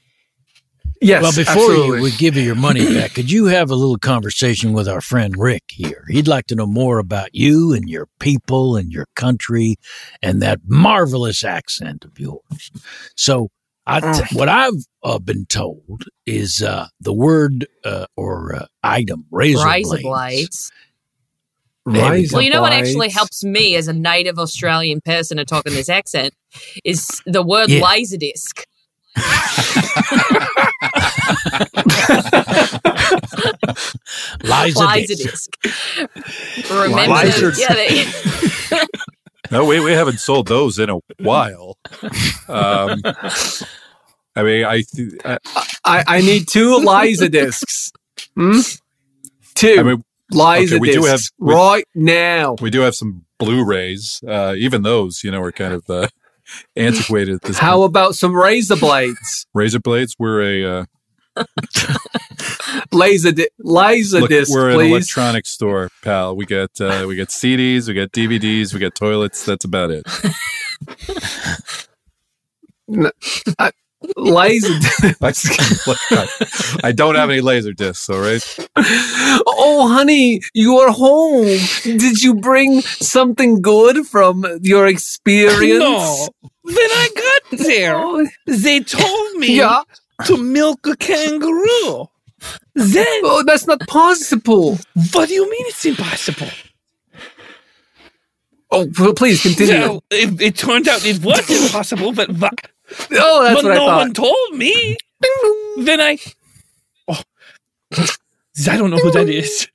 C: Yes.
B: Well, before
C: absolutely.
B: you, we give you your money back, could you have a little conversation with our friend Rick here? He'd like to know more about you and your people and your country and that marvelous accent of yours. So, I
E: Mm.
B: t- what I've uh, been told is uh, the word uh, or uh, item razor blade.
E: blades.
B: There we
E: Well, you know what
B: blades.
E: actually helps me as a native Australian person to talk in this accent is the word
B: Yeah.
E: laserdisc.
D: Laserdisc.
E: Laserdisc. Remember,
D: Laserdisc.
E: yeah, they,
D: No, we, we haven't sold those in a while. Um, I mean, I, th- I,
C: I, I need two Liza discs. Hmm? Two
D: I mean,
C: Liza
D: okay, we do
C: discs
D: have- we-
C: right now.
D: we do have some Blu-rays. Uh, even those, you know, are kind of uh, antiquated at this
C: How about some razor blades?
D: Razor blades. We're a uh,
C: Laser, di- laser
D: look,
C: disc,
D: we're an
C: please.
D: electronic store, pal. We got uh, we got CDs, we got DVDs, we got toilets. That's about it.
C: N- I- laser. di-
D: I, I don't have any laser discs. All right.
C: oh, honey, you are home. Did you bring something good from your experience?
G: No. When I got there, they told me
C: Yeah.
G: to milk a kangaroo. Then,
C: oh, that's not possible.
G: What do you mean it's impossible?
C: Oh, well, please continue.
G: Well, it, it turned out it was impossible, but wha-
C: Oh, that's
G: but
C: what I
G: no
C: thought.
G: one told me. then I, oh, I don't know who that is.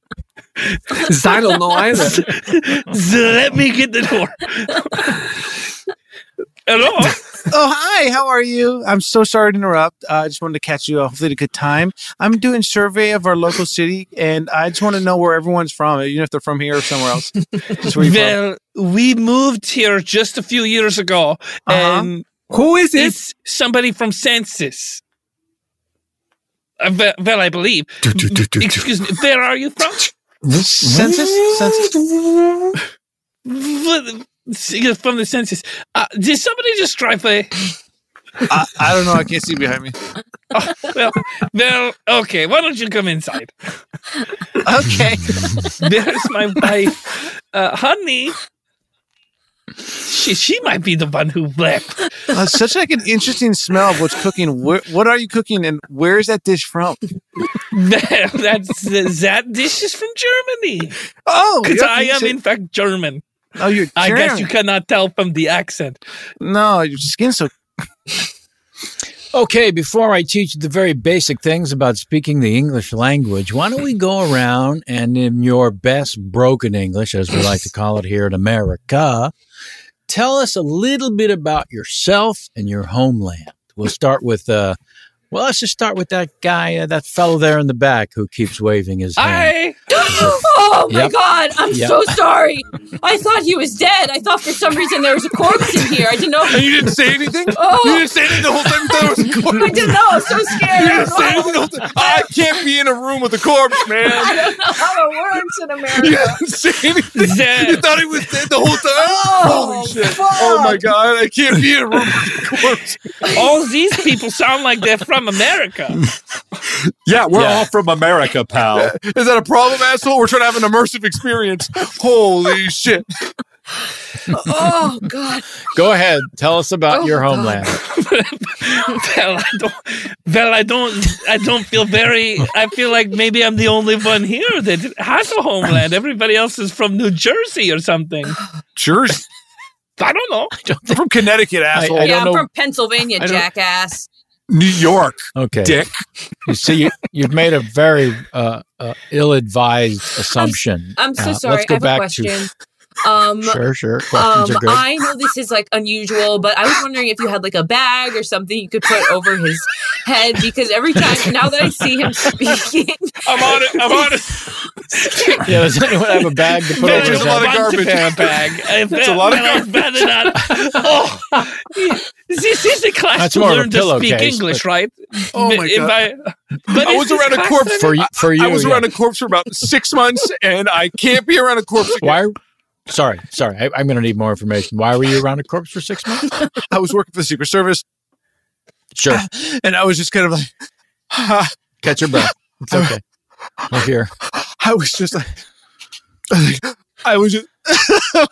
C: I don't know either.
G: So let me get the door. Hello.
H: oh, hi. How are you? I'm so sorry to interrupt. Uh, I just wanted to catch you. uh, Hopefully, at a good time. I'm doing survey of our local city, and I just want to know where everyone's from. You know, if they're from here or somewhere else. Just where you from.
G: well, we moved here just a few years ago, and
C: who is
G: it? It's somebody from Census. Uh, ve- well, I believe. Excuse me, where are you from?
H: Census?
G: Census. from the census. Uh, did somebody just drive by?
H: I, I don't know. I can't see behind me.
G: Oh, well, well, okay. Why don't you come inside?
H: Okay.
G: There's my wife, uh, honey. She, she might be the one who left.
H: Uh, such like an interesting smell of what's cooking. Where, what are you cooking, and where is that dish from?
G: that, that's, that dish is from Germany.
H: Oh,
G: because
H: yeah,
G: I
H: you
G: am
H: said-
G: in fact German.
H: Oh, you're.
G: I guess you
H: German.
G: cannot tell from the accent.
H: No, your skin's so.
B: Okay, before I teach the very basic things about speaking the English language, why don't we go around and in your best broken English, as we like to call it here in America, tell us a little bit about yourself and your homeland. We'll start with, uh, well, let's just start with that guy, uh, that fellow there in the back who keeps waving his hand.
G: I.
E: oh my
B: Yep.
E: god! I'm
B: Yep.
E: so sorry. I thought he was dead. I thought for some reason there was a corpse in here. I didn't know.
H: you didn't say anything.
E: Oh.
H: You didn't say anything the whole time. You thought it was a corpse.
E: I didn't know. I was so scared.
H: You didn't say anything the whole time. I can't be in a room with a corpse,
E: I
H: man.
E: don't know how it works in America.
H: You didn't say anything.
G: Zed.
H: You thought he was dead the whole time.
E: Oh,
H: Holy shit! Oh my god! I can't be in a room with a corpse.
G: All these people sound like they're from America.
D: Yeah, we're all from America, pal.
H: Is that a problem, asshole? We're trying to have an immersive experience. Holy shit!
E: Oh god.
B: Go ahead, tell us about
E: Oh,
B: your
E: God.
B: homeland.
G: well, I don't. Well, I don't. I don't feel very. I feel like maybe I'm the only one here that has a homeland. Everybody else is from New Jersey or something.
H: Jersey.
G: I don't know.
H: I'm from Connecticut, asshole.
E: yeah, I'm from Pennsylvania,
H: I don't-
E: jackass.
H: New York.
B: Okay.
H: Dick.
B: You see, you, you've made a very uh, uh, ill-advised assumption.
E: I'm so
B: Uh,
E: sorry.
B: Let's go
E: I have
B: back
E: a question.
B: to
E: um,
B: sure, sure.
E: um,
B: Questions are good.
E: I know this is like unusual, but I was wondering if you had like a bag or something you could put over his head because every time now that I see him speaking,
G: I'm on it. I'm on it.
B: yeah, does anyone have a bag to put
G: There's
B: over his
G: a lot
B: head?
G: of garbage bag. I
H: That's a lot of
G: well, I'd rather not. Oh, this is a class
B: That's
G: to
B: more of a
G: learn to speak
B: pillowcase,
G: English,
B: but-
G: right?
H: Oh
G: But
H: my
G: if
H: God.
G: I, but
H: I
G: is
H: was
G: this
H: around a
G: class
H: corpse
B: For y- for
H: I
B: you,
H: was
B: yeah.
H: around a corpse for about six months, and I can't be around a corpse. Again.
B: Why? Sorry, sorry. I, I'm going to need more information. Why were you around a corpse for six months?
H: I was working for the Secret Service,
B: Sure.
H: and I was just kind of like,
B: Catch your breath. It's okay. We're here.
H: I was just like, I was, like, I was just, oh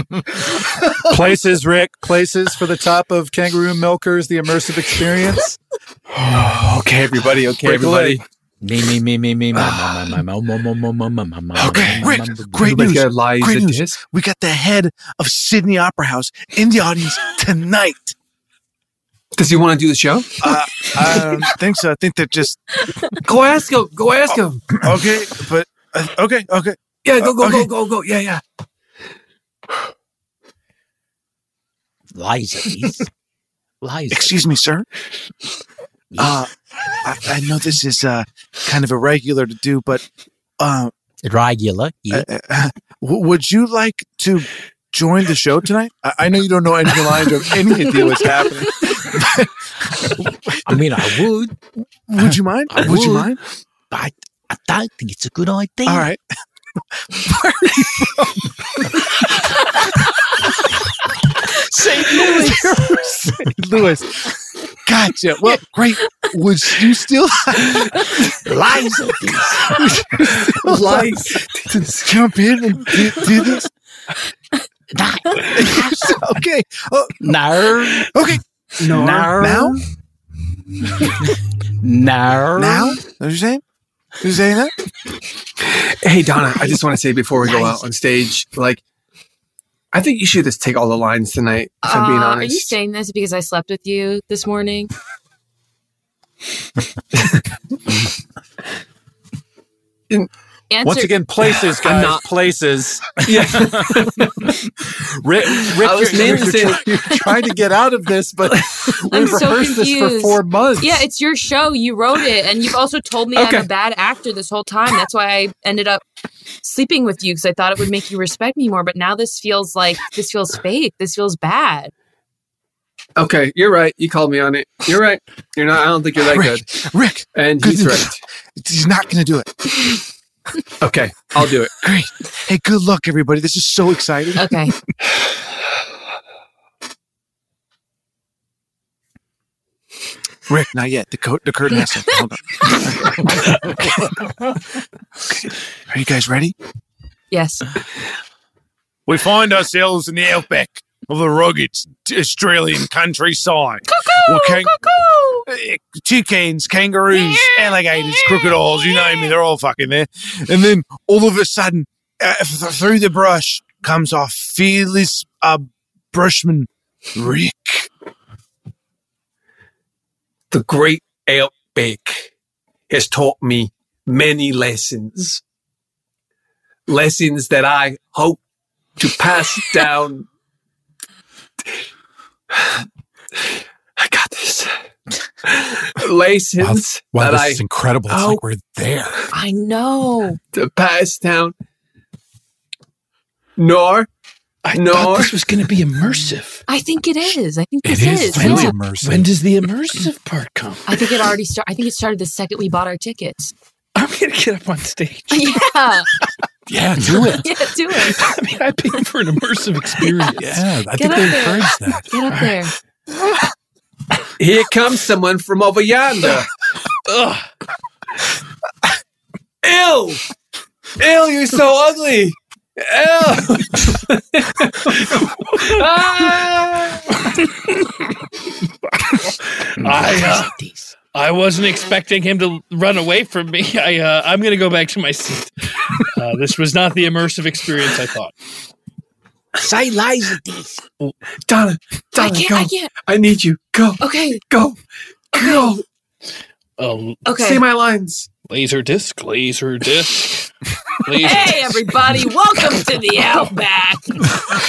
H: my god,
D: places, Rick, places for the top of Kangaroo Milkers, the immersive experience.
H: okay, everybody, okay,
D: Break a leg.
B: Me, me, me, me, me, my, my, my, my, my, my, my, my, my, my, my,
H: Okay,
B: my,
H: Rick,
B: my, my,
H: great
C: Everybody's
H: news.
C: got lies
H: Great
C: and
H: news.
C: disc.
H: We got the head of Sydney Opera House in the audience tonight.
C: Does he want to do the show?
H: Uh, I don't think so. I think they're just Oh,
C: Go ask him. Go ask him.
H: okay, but uh, okay, okay. Uh,
C: Yeah, go, go,
H: Okay.
C: go, go, go. Yeah, yeah.
B: Liza, Liza.
H: Excuse me, sir. Uh, I, I know this is uh, kind of irregular to do, but uh,
B: Regular. Yeah.
H: uh, uh, w- would you like to join the show tonight? I, I know you don't know any of the lines or have any idea what's happening.
B: I mean, I would,
H: Would you mind?
B: I
H: would you
B: would.
H: mind?
B: but I, I don't think it's a good idea.
H: All right.
B: St. Louis.
H: Lewis. Gotcha. Well, great. Would you still
B: Liza.
H: lies to jump in and do, do this? okay. Oh,
B: No.
H: okay.
B: No.
H: Now?
B: No.
H: Now? What you saying? You saying that?
C: Hey, Donna, I just want to say before we go out on stage, like, I think you should just take all the lines tonight, if I'm being
E: Uh,
C: honest.
E: are you saying this because I slept with you this morning?
C: In-
E: Answer.
D: Once again, places,
E: I'm
D: guys,
E: not-
D: places.
C: yeah.
D: Rick, Rick
C: I was
D: you're, you're,
C: mainly saying-
D: try- you're trying to get out of this, but
E: I'm
D: we've
E: so
D: rehearsed this for
E: confused.
D: four months.
E: Yeah, it's your show. You wrote it, and you've also told me I'm
C: Okay.
E: a bad actor this whole time. That's why I ended up sleeping with you because I thought it would make you respect me more. But now this feels like this feels fake. This feels bad.
C: Okay, you're right. You called me on it. You're right. You're not. I don't think you're that
H: Rick,
C: good.
H: Rick,
C: And
H: Good
C: he's
H: news.
C: right.
H: he's not going to do it.
C: Okay, I'll do it.
H: Great. Hey, good luck, everybody. This is so exciting.
E: Okay.
H: Rick, not yet. The, co- the curtain has to hold on. Okay. Okay. Are you guys ready?
E: Yes.
H: We find ourselves in the outback of the rugged Australian countryside. We're can- toucans, kangaroos, alligators, crocodiles, you name it, they're all fucking there. And then all of a sudden, uh, th- through the brush comes our fearless uh, brushman, Rick.
C: The great outback has taught me many lessons. Lessons that I hope to pass down. I got this.
D: Wow,
C: Lessons
D: wow,
C: that
D: this
C: I
D: is incredible. It's like
C: hope
D: we're there.
E: I know.
C: to pass down. Nor,
G: I
C: nor
G: thought this was going to be immersive.
E: I think it is. I think this is.
G: When,
E: yeah.
G: did- when does the immersive part come?
E: I think it already started. I think it started the second we bought our tickets.
G: I'm going to get up on stage.
E: Yeah.
D: Yeah, do it.
E: yeah, do it.
G: I mean, I paid for an immersive experience.
D: Yeah,
C: I think they encourage
D: that.
E: Get up there.
C: Here comes someone from over yonder. Ugh. Ew! Ew, you're so ugly! Ew!
F: Ah.
G: I, uh, I wasn't expecting him to run away from me. I, uh, I'm going to go back to my seat. Uh, this was not the immersive experience I thought.
C: Say lies at these. Donna,
E: can't-
C: Donna, Oh, go.
E: I can't.
C: I need you. Go.
E: Okay.
C: Go. Go.
G: Oh,
E: Okay. Say my
C: lines.
G: Laser disc, laser disc. laser
E: Hey, everybody. Welcome to the Outback.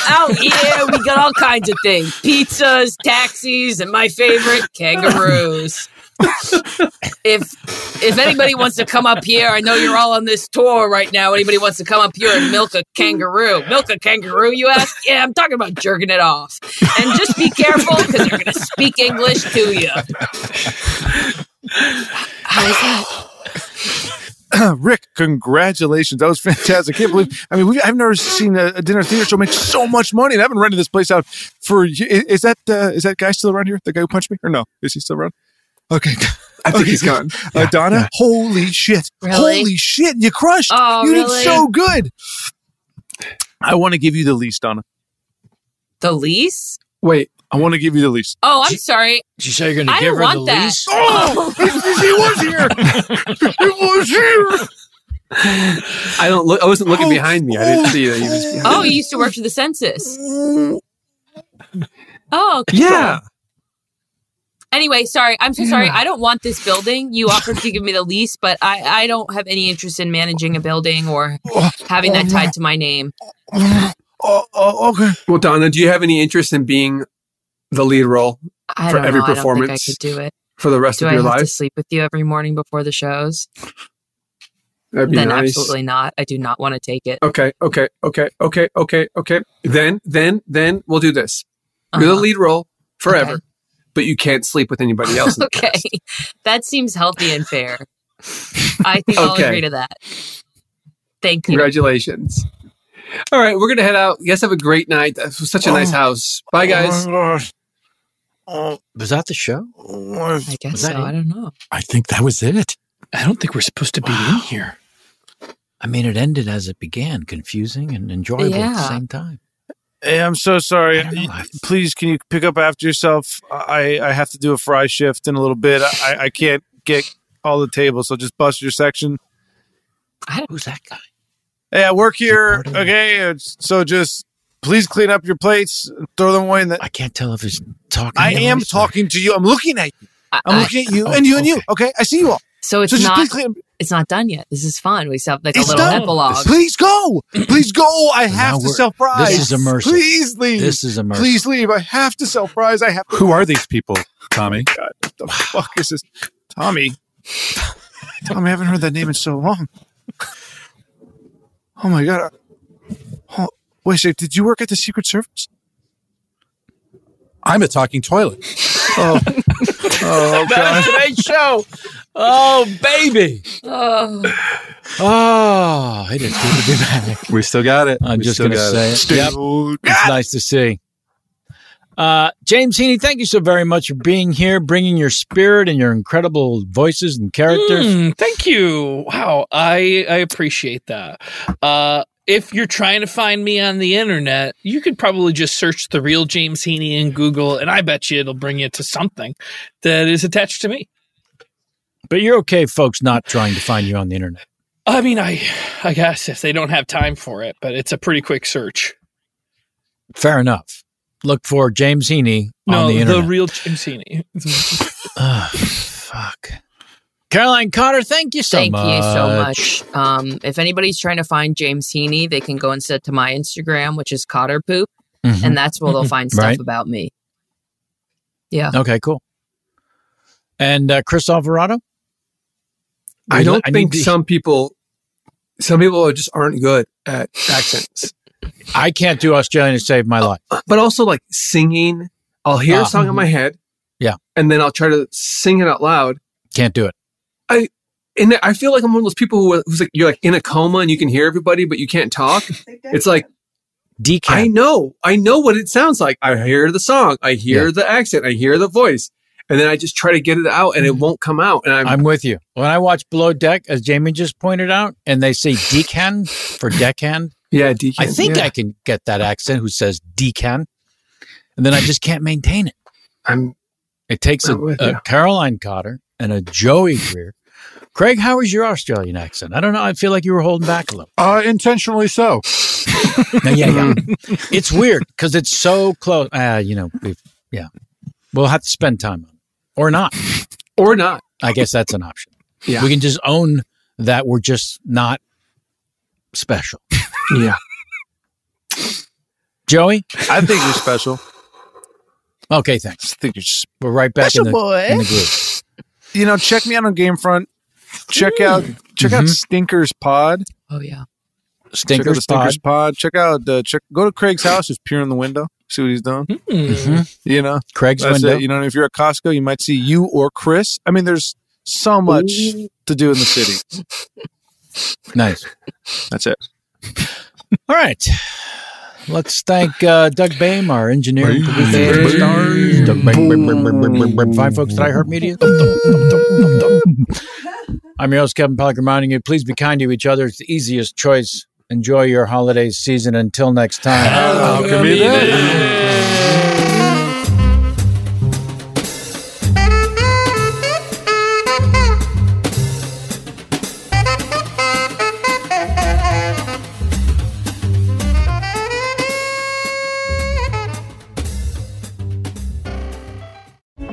E: Out here, Oh, we got all kinds of things pizzas, taxis, and my favorite, kangaroos. if if anybody wants to come up here, I know you're all on this tour right now. Anybody wants to come up here and milk a kangaroo? Milk a kangaroo, you ask? Yeah, I'm talking about jerking it off. And just be careful because they're going to speak English to you. How is that?
H: Rick, congratulations. That was fantastic. I can't believe, I mean, we, I've never seen a, a dinner theater show make so much money. And I've been renting this place out for, y- i- is that, uh, is that guy still around here? The guy who punched me? Or no? Is he still around? Okay. I think he's gone. Uh, Donna, holy shit.
E: Really?
H: Holy shit. You crushed.
E: Oh,
H: you
E: really?
H: did so good. I want to give you the lease, Donna.
E: The lease?
H: Wait. I want to give you the lease.
E: Oh, I'm sorry.
H: She said you're
E: I don't want that.
H: Oh, he was here. He was here.
C: I don't look. I wasn't looking behind me. I didn't see that. You was behind
E: Oh,
C: me.
E: you used to work for the census. Oh, cool.
C: yeah.
E: Anyway, sorry. I'm so
C: Yeah.
E: sorry. I don't want this building. You offered to give me the lease, but I, I don't have any interest in managing a building or having that tied to my name.
H: Oh, oh, okay.
C: Well, Donna, do you have any interest in being the lead role
E: I
C: for
E: don't
C: every
E: know. I don't think I
C: performance
E: could do it.
C: for the rest
E: Do
C: of
E: I
C: your
E: have
C: life?
E: to sleep with you every morning before the shows?
C: That'd be
E: then
C: nice.
E: absolutely not. I do not want to take it.
C: Okay, okay, okay, okay, okay, okay. Then, then, then we'll do this. You're the
E: Uh-huh.
C: lead role forever,
E: Okay.
C: but you can't sleep with anybody else.
E: okay. That seems healthy and fair. I think I'll
C: Okay.
E: agree to that. Thank you.
C: Congratulations. All right, we're gonna head out. You guys have a great night. This was such a
E: Oh.
C: nice house. Bye, guys.
B: Was that the show?
E: I guess so. I don't know.
B: I think that was it.
G: I don't think we're supposed to be in here.
B: I mean, it ended as it began, confusing and enjoyable at the
H: Yeah.
B: same time.
H: Hey, I'm so sorry. Y- Please, can you pick up after yourself? I, I have to do a fry shift in a little bit. I, I can't get all the tables, so just bust your section.
B: Who's that guy?
H: Hey, I work here, okay? It's- So just please clean up your plates, and throw them away. And that-
B: I can't tell if he's talking.
H: I
B: to
H: am
B: us.
H: talking to you. I'm looking at you.
E: I-
H: I'm looking at you,
E: oh,
H: and you, and you. Okay, I see you all.
E: So it's
H: So just
E: not
H: please clean-
E: it's not done yet. This is fun. We still have like a
H: It's
E: little
H: done.
E: epilogue.
H: Please go. Please go. I have to
B: we're-
H: sell fries.
B: this is immersive.
H: Please leave.
B: This is immersive.
H: Please leave. I have to sell fries. I have to.
D: Who are these people, Tommy?
H: God, what the fuck is this? Tommy. Tommy, I haven't heard that name in so long. Oh my god. Oh, wait a sec, Did you work at the Secret Service?
D: I'm a talking toilet.
H: Oh, oh
G: That was today's show. Oh, baby.
B: Oh, it is good to be back.
D: We still got it.
B: I'm
D: We
B: just
D: still
B: going to
D: got
B: say
D: it.
B: it. Yep. It's nice to see. Uh, James Heaney, thank you so very much for being here, bringing your spirit and your incredible
G: Hmm,
B: voices and characters.
G: Mm, thank you. Wow, I I appreciate that. Uh, if you're trying to find me on the internet, you could probably just search the real James Heaney in Google, and I bet you it'll bring you to something that is attached to me.
B: But you're okay, folks, not trying to find you on the internet.
G: I mean, I, I guess if they don't have time for it, but it's a pretty quick search.
B: Fair enough. Look for James Heaney
G: No,
B: on the
G: the,
B: internet.
G: real James Heaney.
B: Ah, fuck. Caroline Cotter, thank you so
E: Thank
B: much.
E: you so much. Um, if anybody's trying to find James Heaney, they can go instead to my Instagram, which is Cotter Poop,
B: Mhm.
E: and that's where they'll find stuff
B: Right.
E: about me. Yeah.
B: Okay, cool. And uh, Chris Alvarado?
C: I
B: We-
C: don't
B: I need
C: think
B: to-
C: some people, some people just aren't good at accents. Uh,
B: I can't do Australian to save my life.
C: But also like singing, I'll hear
B: Ah,
C: a song in my
B: mhm.
C: head,
B: Yeah,
C: and then I'll try to sing it out loud.
B: can't do it.
C: I and I feel like I'm one of those people who, who's like you're like in a coma and you can hear everybody, but you can't talk. it's like
B: decaf.
C: I know, I know what it sounds like. I hear the song, I hear the accent, I hear the voice, and then I just try to get it out, and it won't come out. And I'm,
B: Mm-hmm. I'm with you. When I watch Below Deck, as Jamie just pointed out, and they say deckhand for deckhand.
C: Yeah, deckhand.
B: I think
C: yeah.
B: I can get that accent who says deckhand, and then I just can't maintain it.
C: I'm.
B: It takes a,
C: I'm with
B: a
C: you.
B: Caroline Cotter and a Joey Greer. Craig, how is your Australian accent? I don't know. I feel like you were holding back a little.
D: Uh, intentionally so.
B: No, yeah, yeah. it's weird because it's so close. Uh, you know, we've, yeah, we'll have to spend time on it or not,
C: or not.
B: I guess that's an option.
C: Yeah.
B: we can just own that we're just not special.
C: Yeah,
B: Joey,
H: I think you're special.
B: Okay, thanks.
H: I think you're s-
B: we're right back in
H: Special
B: the,
H: boy.
B: in the groove.
H: You know, check me out on Gamefront. Check out check out
B: Mhm.
H: Stinkers Pod.
E: Oh yeah.
H: check out the
B: Stinkers
H: Stinkers
B: pod.
H: Pod. Check out uh, check. Go to Craig's house. Just peer in the window. See what he's doing.
E: Mm-hmm.
H: You know,
B: Mm-hmm. Craig's
H: That's
B: window.
H: it. You know, and if you're at Costco, you might see you or Chris. I mean, there's so much to do in the city.
B: Nice.
H: That's it.
B: All right. Let's thank uh, Doug Boehm, our engineer and producer. for Stars. Doug Boehm, Boehm, Boehm, Boehm, Boehm, Boehm. Five folks at iHeartMedia. I'm your host, Kevin Pollack, reminding you, please be kind to each other. It's the easiest choice. Enjoy your holiday season. Until next time.
E: Oh.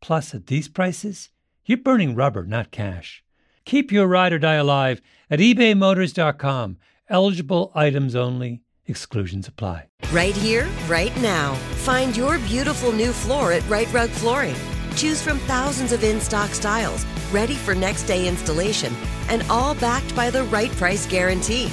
O: Plus, at these prices, you're burning rubber, not cash. Keep your ride or die alive at ebaymotors.com. Eligible items only, exclusions apply.
L: Right here, right now. Find your beautiful new floor at Right Rug Flooring. Choose from thousands of in stock styles, ready for next day installation, and all backed by the right price guarantee.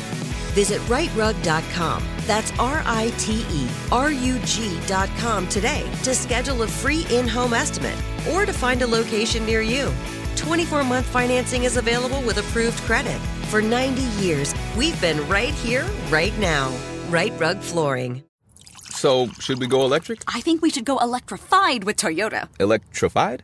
L: Visit rightrug.com. That's R I T E R U G.com today to schedule a free in home estimate or to find a location near you. 24 month financing is available with approved credit. For 90 years, we've been right here, right now. Right Rug Flooring.
P: So, should we go electric?
Q: I think we should go electrified with Toyota.
P: Electrified?